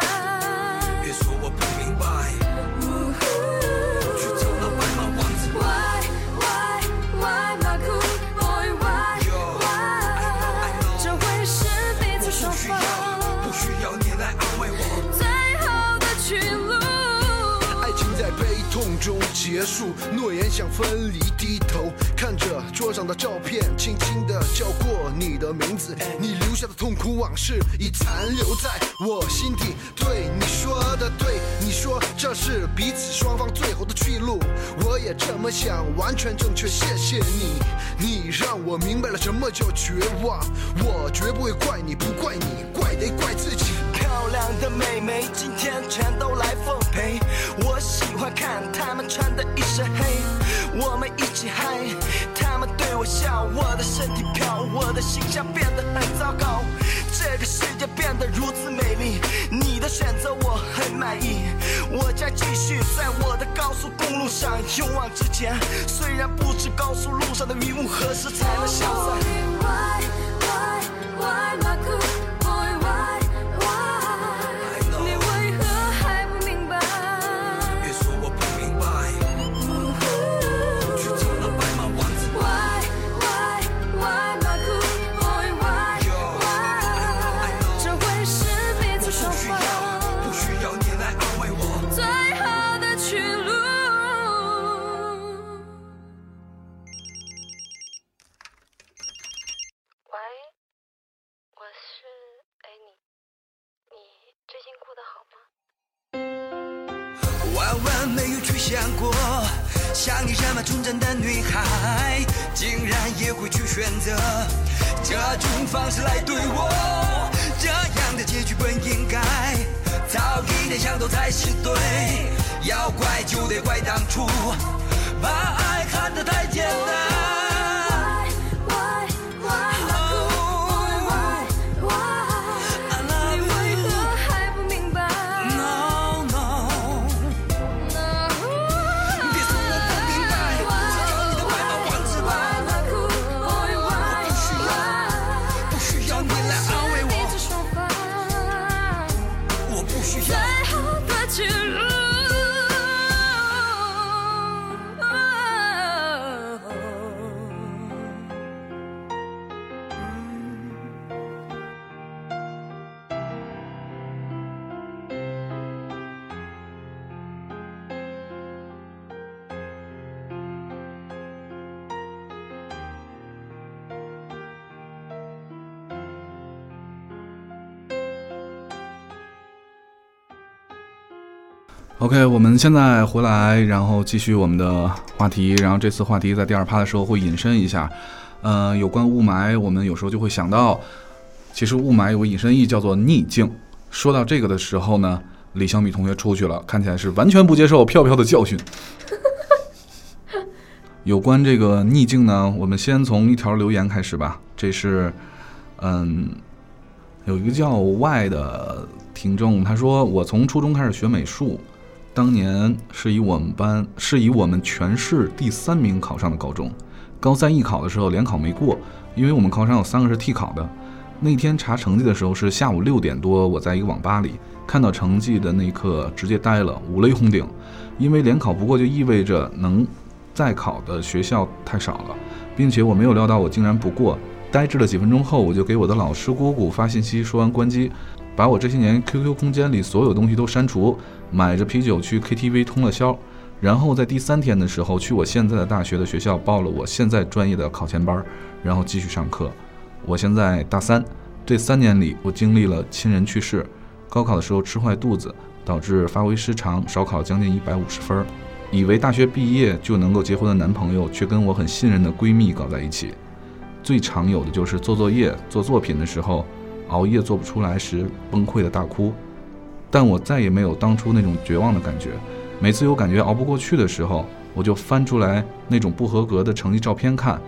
别说我不明白。去找那白马王子
Why why why my good boy why why？这会是彼此双
需要
方，
不需要你来安慰我。
最后的去路。
爱情在悲痛中结束，诺言想分离，低头看着桌上的照片，轻轻地叫过你的名字，你留下的痛苦往事已残留在我心底。对你说的对，你说这是彼此双方最后的去路，我也这么想，完全正确。谢谢你，你让我明白了什么叫绝望，我绝不会怪你，不怪你，怪得怪自己。
漂亮的妹妹今天全都来奉陪，我喜欢看她们穿的一身黑，我们一起嗨，她们对我笑，我的身体飘，我的形象变得很糟糕，这个世界变得如此美丽，你的选择我很满意，我将继续在我的高速公路上勇往直前，虽然不知高速路上的云雾何时才能消散。
Why why why my good boy why why？你为何还不明白？
别说我不明白。去找那白马王子
Why why why my good boy why
I know, I know.
why？
万没有去想过，像你这么纯真的女孩，竟然也会去选择这种方式来对我。这样的结局本应该早一点想透才是对，要怪就得怪当初把爱看得太简单。I love
你
you
为何还不明白？
No no，别说我不明白，只要你的外貌王子吧，不需要你来安慰我，我不需
最
要。
后的去路。
OK，我们现在回来，然后继续我们的话题。然后这次话题在第二趴的时候会引申一下，呃，有关雾霾，我们有时候就会想到，其实雾霾有个引申义叫做逆境。说到这个的时候呢，李小米同学出去了，看起来是完全不接受票票的教训。有关这个逆境呢，我们先从一条留言开始吧。这是，嗯，有一个叫 Y 的听众，他说我从初中开始学美术，当年是以我们班是以我们全市第三名考上的高中。高三艺考的时候联考没过，因为我们考场有三个是替考的。那天查成绩的时候是下午六点多，我在一个网吧里看到成绩的那一刻，直接呆了，五雷轰顶。因为联考不过就意味着能再考的学校太少了，并且我没有料到我竟然不过。呆滞了几分钟后，我就给我的老师姑姑发信息，说完关机，把我这些年 QQ 空间里所有东西都删除，买着啤酒去 KTV 通了宵，然后在第三天的时候去我现在的大学的学校报了我现在专业的考前班儿，然后继续上课。我现在大三，这三年里我经历了亲人去世，高考的时候吃坏肚子，导致发挥失常，少考将近一百五十分儿。以为大学毕业就能够结婚的男朋友，却跟我很信任的闺蜜搞在一起。最常有的就是做作业、做作品的时候，熬夜做不出来时崩溃的大哭。但我再也没有当初那种绝望的感觉。每次有感觉熬不过去的时候，我就翻出来那种不合格的成绩照片看，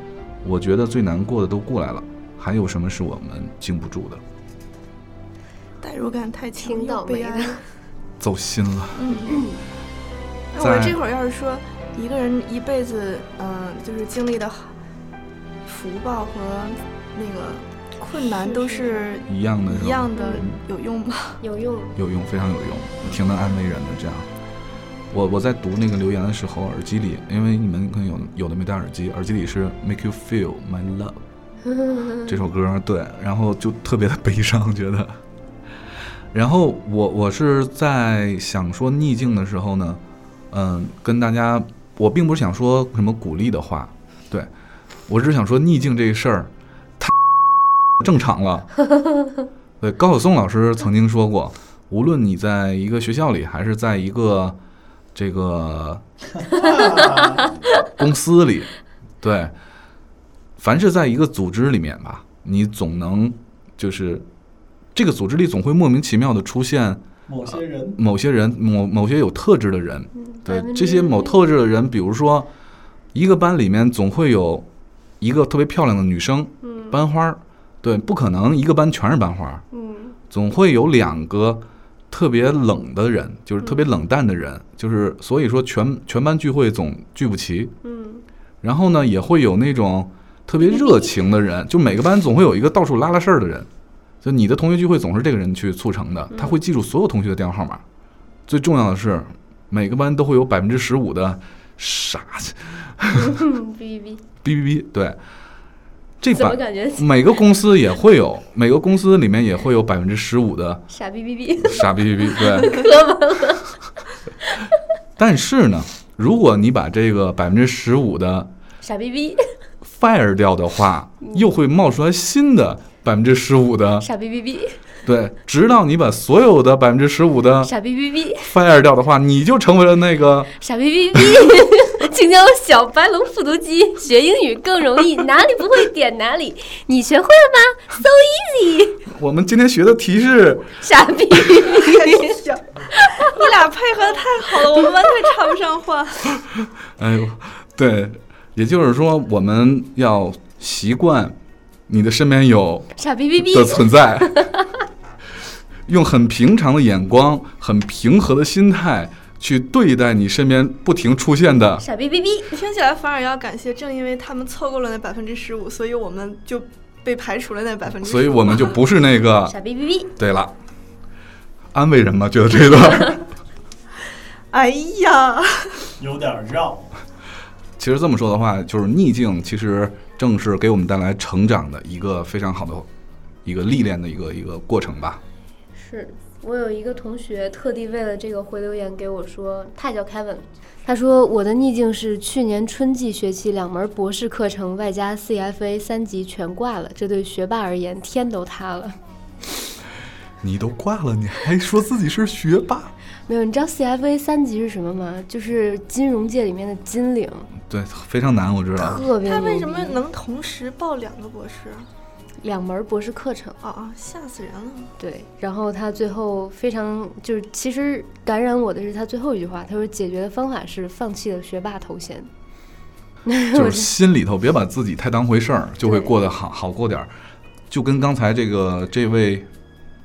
我觉得最难过的都过来了。还有什么是我们经不住的？
代入感太强，
挺倒
又悲
霉的
哀。
走心了。
那我
在
这会儿要是说一个人一辈子，嗯、就是经历的好福报和那个困难都是
一样的是吧
一样的，有用 吗？
有用。
有用，非常有用，挺能安慰人的。这样，我我在读那个留言的时候，耳机里，因为你们可能有有的没戴耳机，耳机里是《Make You Feel My Love》这首歌，对，然后就特别的悲伤，觉得。然后我我是在想说逆境的时候呢，嗯，跟大家，我并不是想说什么鼓励的话，对我只是想说逆境这个事儿，它正常了。对，高晓松老师曾经说过，无论你在一个学校里，还是在一个这个公司里，对，凡是在一个组织里面吧，你总能就是这个组织里总会莫名其妙的出现
某些人
某些人，某某些有特质的人，对这些某特质的人，比如说一个班里面总会有一个特别漂亮的女生，班花儿，对，不可能一个班全是班花儿，
嗯，
总会有两个特别冷的人，就是特别冷淡的
嗯
人，就是所以说全全班聚会总聚不齐，
嗯，
然后呢也会有那种特别热情的
嗯
人，就每个班总会有一个到处拉拉事儿的人，就你的同学聚会总是这个人去促成
嗯
的，他会记住所有同学的电话号码，最重要的是每个班都会有百分之十五的傻
嗯，哔哔
哔哔哔，对，这
哔，怎么
百
感觉
每个公司也会有，每个公司里面也会有百分之十五的。
傻逼逼逼？
傻逼逼逼，对， 磕了。但是呢，如果你把这个百分之十五的
傻逼逼，
fire 掉的话，又会冒出来新的。百分之十五的，
傻逼逼逼，
对，直到你把所有的百分之十五的
傻逼逼逼，
fire 掉的话，你就成为了那个
傻逼逼 逼。请教小白龙复读机，学英语更容易，哪里不会点哪里。你学会了吗？So easy，
我们今天学的题是
傻逼逼逼。
行 你俩配合的太好了，我们完全插不上话。
哎呦，对，也就是说，我们要习惯你的身边有
傻逼逼逼
的存在，用很平常的眼光、很平和的心态去对待你身边不停出现的。
傻逼逼逼，
听起来反而要感谢，正因为他们凑够了那百分之十五，所以我们就被排除了那百分之。
所以我们就不是那个。
傻逼逼逼，
对了，安慰人吗？觉得这 段，
哎呀，
有点绕。
其实这么说的话，就是逆境，其实正是给我们带来成长的一个非常好的一个历练的一个一个过程吧。
是我有一个同学特地为了这个回留言给我说，他叫 Kevin，他说我的逆境是去年春季学期两门博士课程外加 CFA 三级全挂了，这对学霸而言天都塌了。
你都挂了，你还说自己是学霸？
没有，你知道 CFA 三级是什么吗？就是金融界里面的金领，
对，非常难，我知道。
特别
他为
牛
什么
逼
能同时报两个博士？
两门博士课程？
啊啊，吓死人了！
对，然后他最后非常就是，其实感染我的是他最后一句话，他说解决的方法是放弃了学霸头衔。
就是心里头别把自己太当回事儿，就会过得好好过点儿。就跟刚才这个这位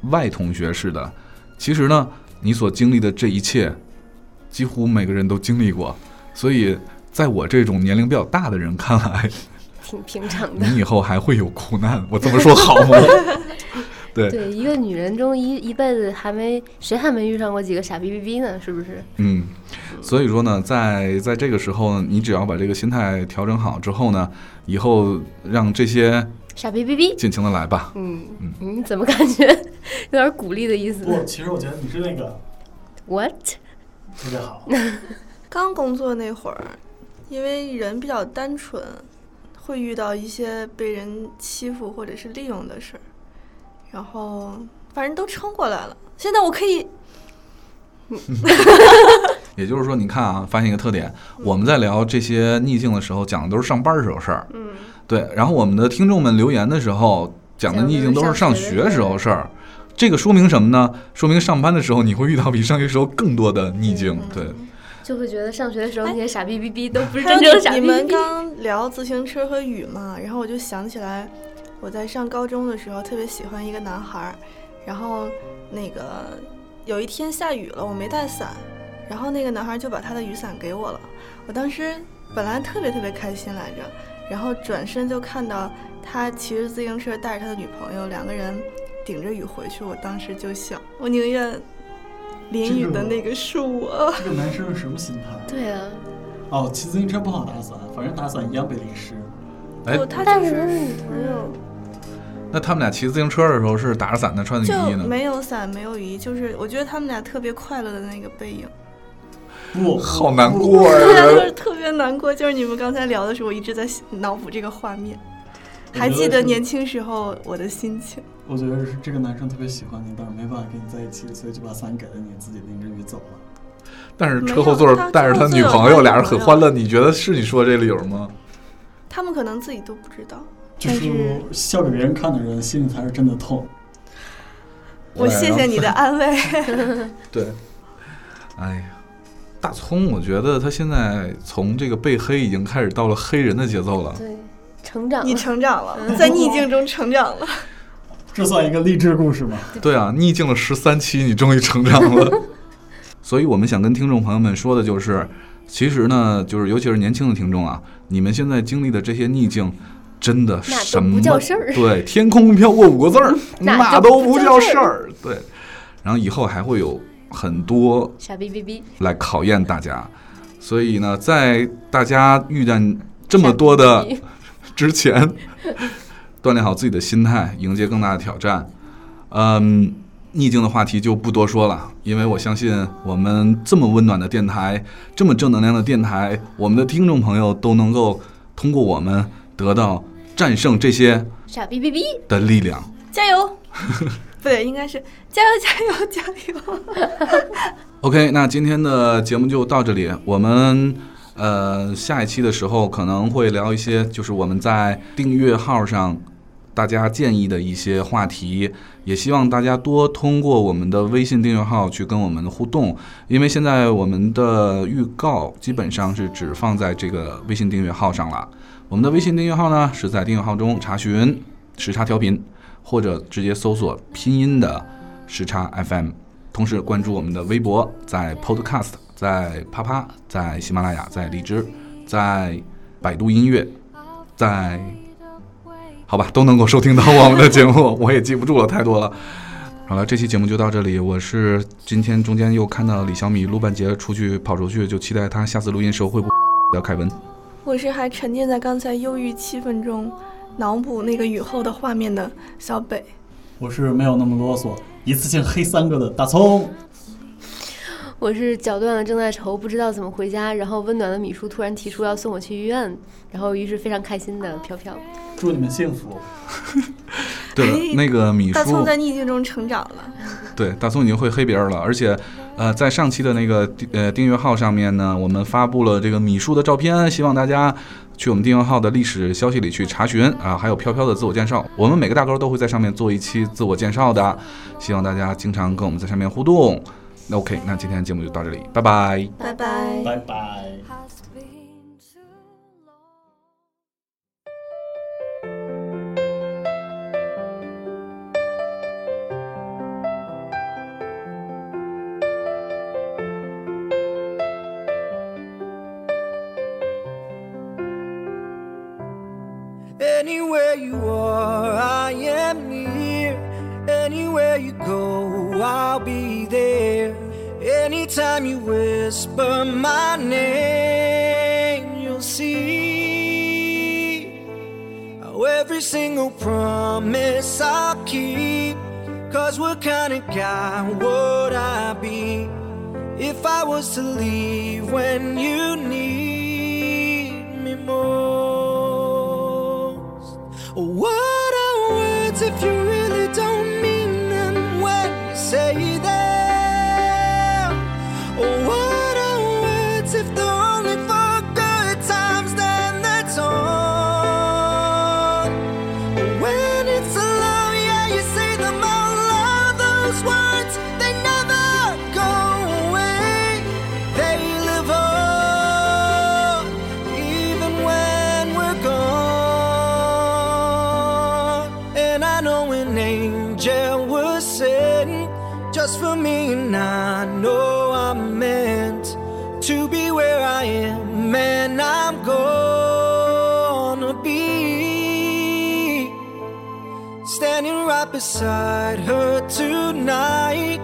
Y 同学似的，其实呢，你所经历的这一切，几乎每个人都经历过，所以在我这种年龄比较大的人看来，
挺平常 的。
你以后还会有苦难。我这么说好吗？ 对，
对，一个女人中一一辈子还没谁还没遇上过几个傻逼逼逼呢？是不是？
嗯，所以说呢，在在这个时候呢，你只要把这个心态调整好之后呢，以后让这些
傻逼逼逼，
尽情的来吧。
嗯
嗯
嗯，怎么感觉 有点鼓励的意思
不，
呢
其实我觉得你是那个
？What？
特别好。
刚工作那会儿，因为人比较单纯，会遇到一些被人欺负或者是利用的事儿，然后反正都撑过来了。现在我可以，
也就是说，你看啊，发现一个特点，我们在聊这些逆境的时候，讲的都是上班时候事儿，
嗯，
对。然后我们的听众们留言的时候，讲的逆境都是上学时候事儿。这个说明什么呢？说明上班的时候你会遇到比上学时候更多的逆境，对，
就会觉得上学的时候那些傻逼逼逼都不是
哎还
真正
有
的傻
你
逼
你
逼
们
逼。
刚聊自行车和雨嘛，然后我就想起来，我在上高中的时候特别喜欢一个男孩儿，然后那个有一天下雨了，我没带伞，然后那个男孩就把他的雨伞给我了。我当时本来特别特别开心来着，然后转身就看到他骑着自行车带着他的女朋友，两个人顶着雨回去。我当时就想，哦我宁愿淋雨的那个哦是我。
这个男生是什么心态？
对啊，
哦，骑自行车不好打伞，反正打伞一样被淋湿。
哎
不，他
但
就是
那
是
女朋友
那他们俩骑自行车的时候是打着伞的，穿的雨衣
就
呢？
没有伞，没有雨衣，就是我觉得他们俩特别快乐的那个背 影，
不，
好难过
对啊，就
呀、
是特别难过。就是你们刚才聊的时候，我一直在脑补这个画面，
我
还
觉
记得
是
年轻时候我的心情。
我觉得是这个男生特别喜欢你，但是没办法跟你在一起，所以就把伞给了你，自己淋着雨走了。
但是车后座带着他女朋友，俩人很欢乐，你觉得是你说这理由吗？
他们可能自己都不知道，
就
但
是笑给别人看的人，心里才是真的痛。
我谢谢你的安 慰。
对，哎呀，大葱，我觉得他现在从这个被黑已经开始到了黑人的节奏了。
对成长
你
了，
成长了，在逆境中成长了。
这算一个励志故事吗？
对啊，逆境了十三期，你终于成长了。 所以我们想跟听众朋友们说的就是，其实呢，就是尤其是年轻的听众啊，你们现在经历的这些逆境，真的
那都
什
不
么
叫事儿
对，天空飘过五个字儿，
那
那
都
都
不
不
叫
叫
事
事儿。对，然后以后还会有很多
傻逼逼逼，
来考验大家。所以呢，在大家遇见这么多
傻
的
逼逼逼
之前，锻炼好自己的心态，迎接更大的挑战。嗯，逆境的话题就不多说了，因为我相信我们这么温暖的电台，这么正能量的电台，我们的听众朋友都能够通过我们得到战胜这些
傻逼逼逼，
的力量。
加油！ 不对，应该是加油加油加油！
OK，那今天的节目就到这里。我们呃下一期的时候可能会聊一些，就是我们在订阅号上大家建议的一些话题，也希望大家多通过我们的微信订阅号去跟我们互动，因为现在我们的预告基本上是只放在这个微信订阅号上了。我们的微信订阅号呢是在订阅号中查询“时差调频”，或者直接搜索拼音的“时差 FM”。同时关注我们的微博，在 Podcast，在啪啪，在喜马拉雅，在荔枝，在百度音乐，在好吧，都能够收听到我们的节目。 我也记不住了，太多了。好了，这期节目就到这里。我是今天中间又看到李小米录半截出去跑出去，就期待他下次录音时候会不会 的凯文。
我是还沉浸在刚才忧郁气氛中，脑补那个雨后的画面的小北。
我是没有那么啰嗦，一次性黑三个的大葱。
我是绞断了正在愁不知道怎么回家，然后温暖的米叔突然提出要送我去医院，然后于是非常开心的飘飘。
祝你们幸福。
对了，那个米
哎大葱
叔，
在逆境中成长了，
对，大葱已经会黑别人了，而且，呃，在上期的那个订呃订阅号上面呢，我们发布了这个米叔的照片，希望大家去我们订阅号的历史消息里去查询啊，还有飘飘的自我介绍，我们每个大哥都会在上面做一期自我介绍的，希望大家经常跟我们在上面互动。那 OK，那今天节目就到这里，拜拜。
拜拜。
拜拜。
has been too long.
Anywhere you are, I am near. Anywhere you go, I'll be there. Anytime you whisper my name, you'll see how every single promise I'll keep. Cause what kind of guy would I be if I was to leave when you need me most? What are words if you really don't mean them when you say them? What are words if they're only for good times? Then that's all. When it's alone, yeah, you say them all loud. Those words, they never go away. They live on, even when we're gone. And I know an angel was sent just for me, and I know I'm meant to be where I am, and I'm gonna be standing right beside her tonight,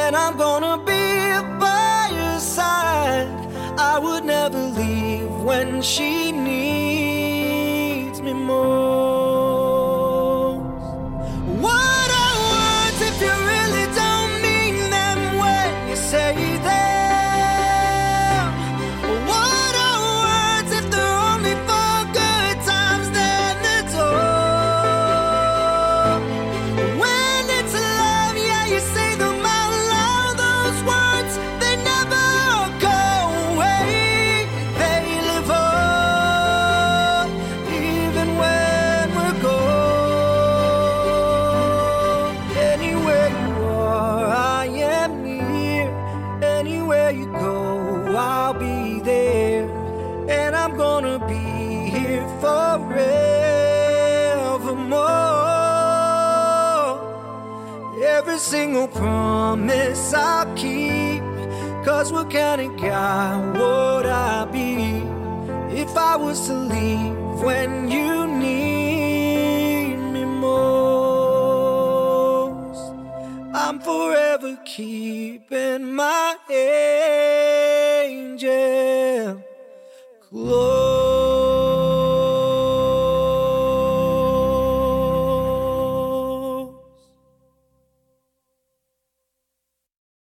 and I'm gonna be by your side. I would never leave when she needs me most. What are words if you really don't mean them when you say them? What are words if they're only for good times? Then it's all. When it's love, yeah, you say them out loud. Those words they never go away. They live on, even when we're gone. Anywhere you are, I am near. Anywhere you go, I'll be there, and I'm gonna be here forevermore. Every single promise I'll keep. Cause what kind of guy would I be if I was to leave when you need me most? I'm forever keeping my angel close.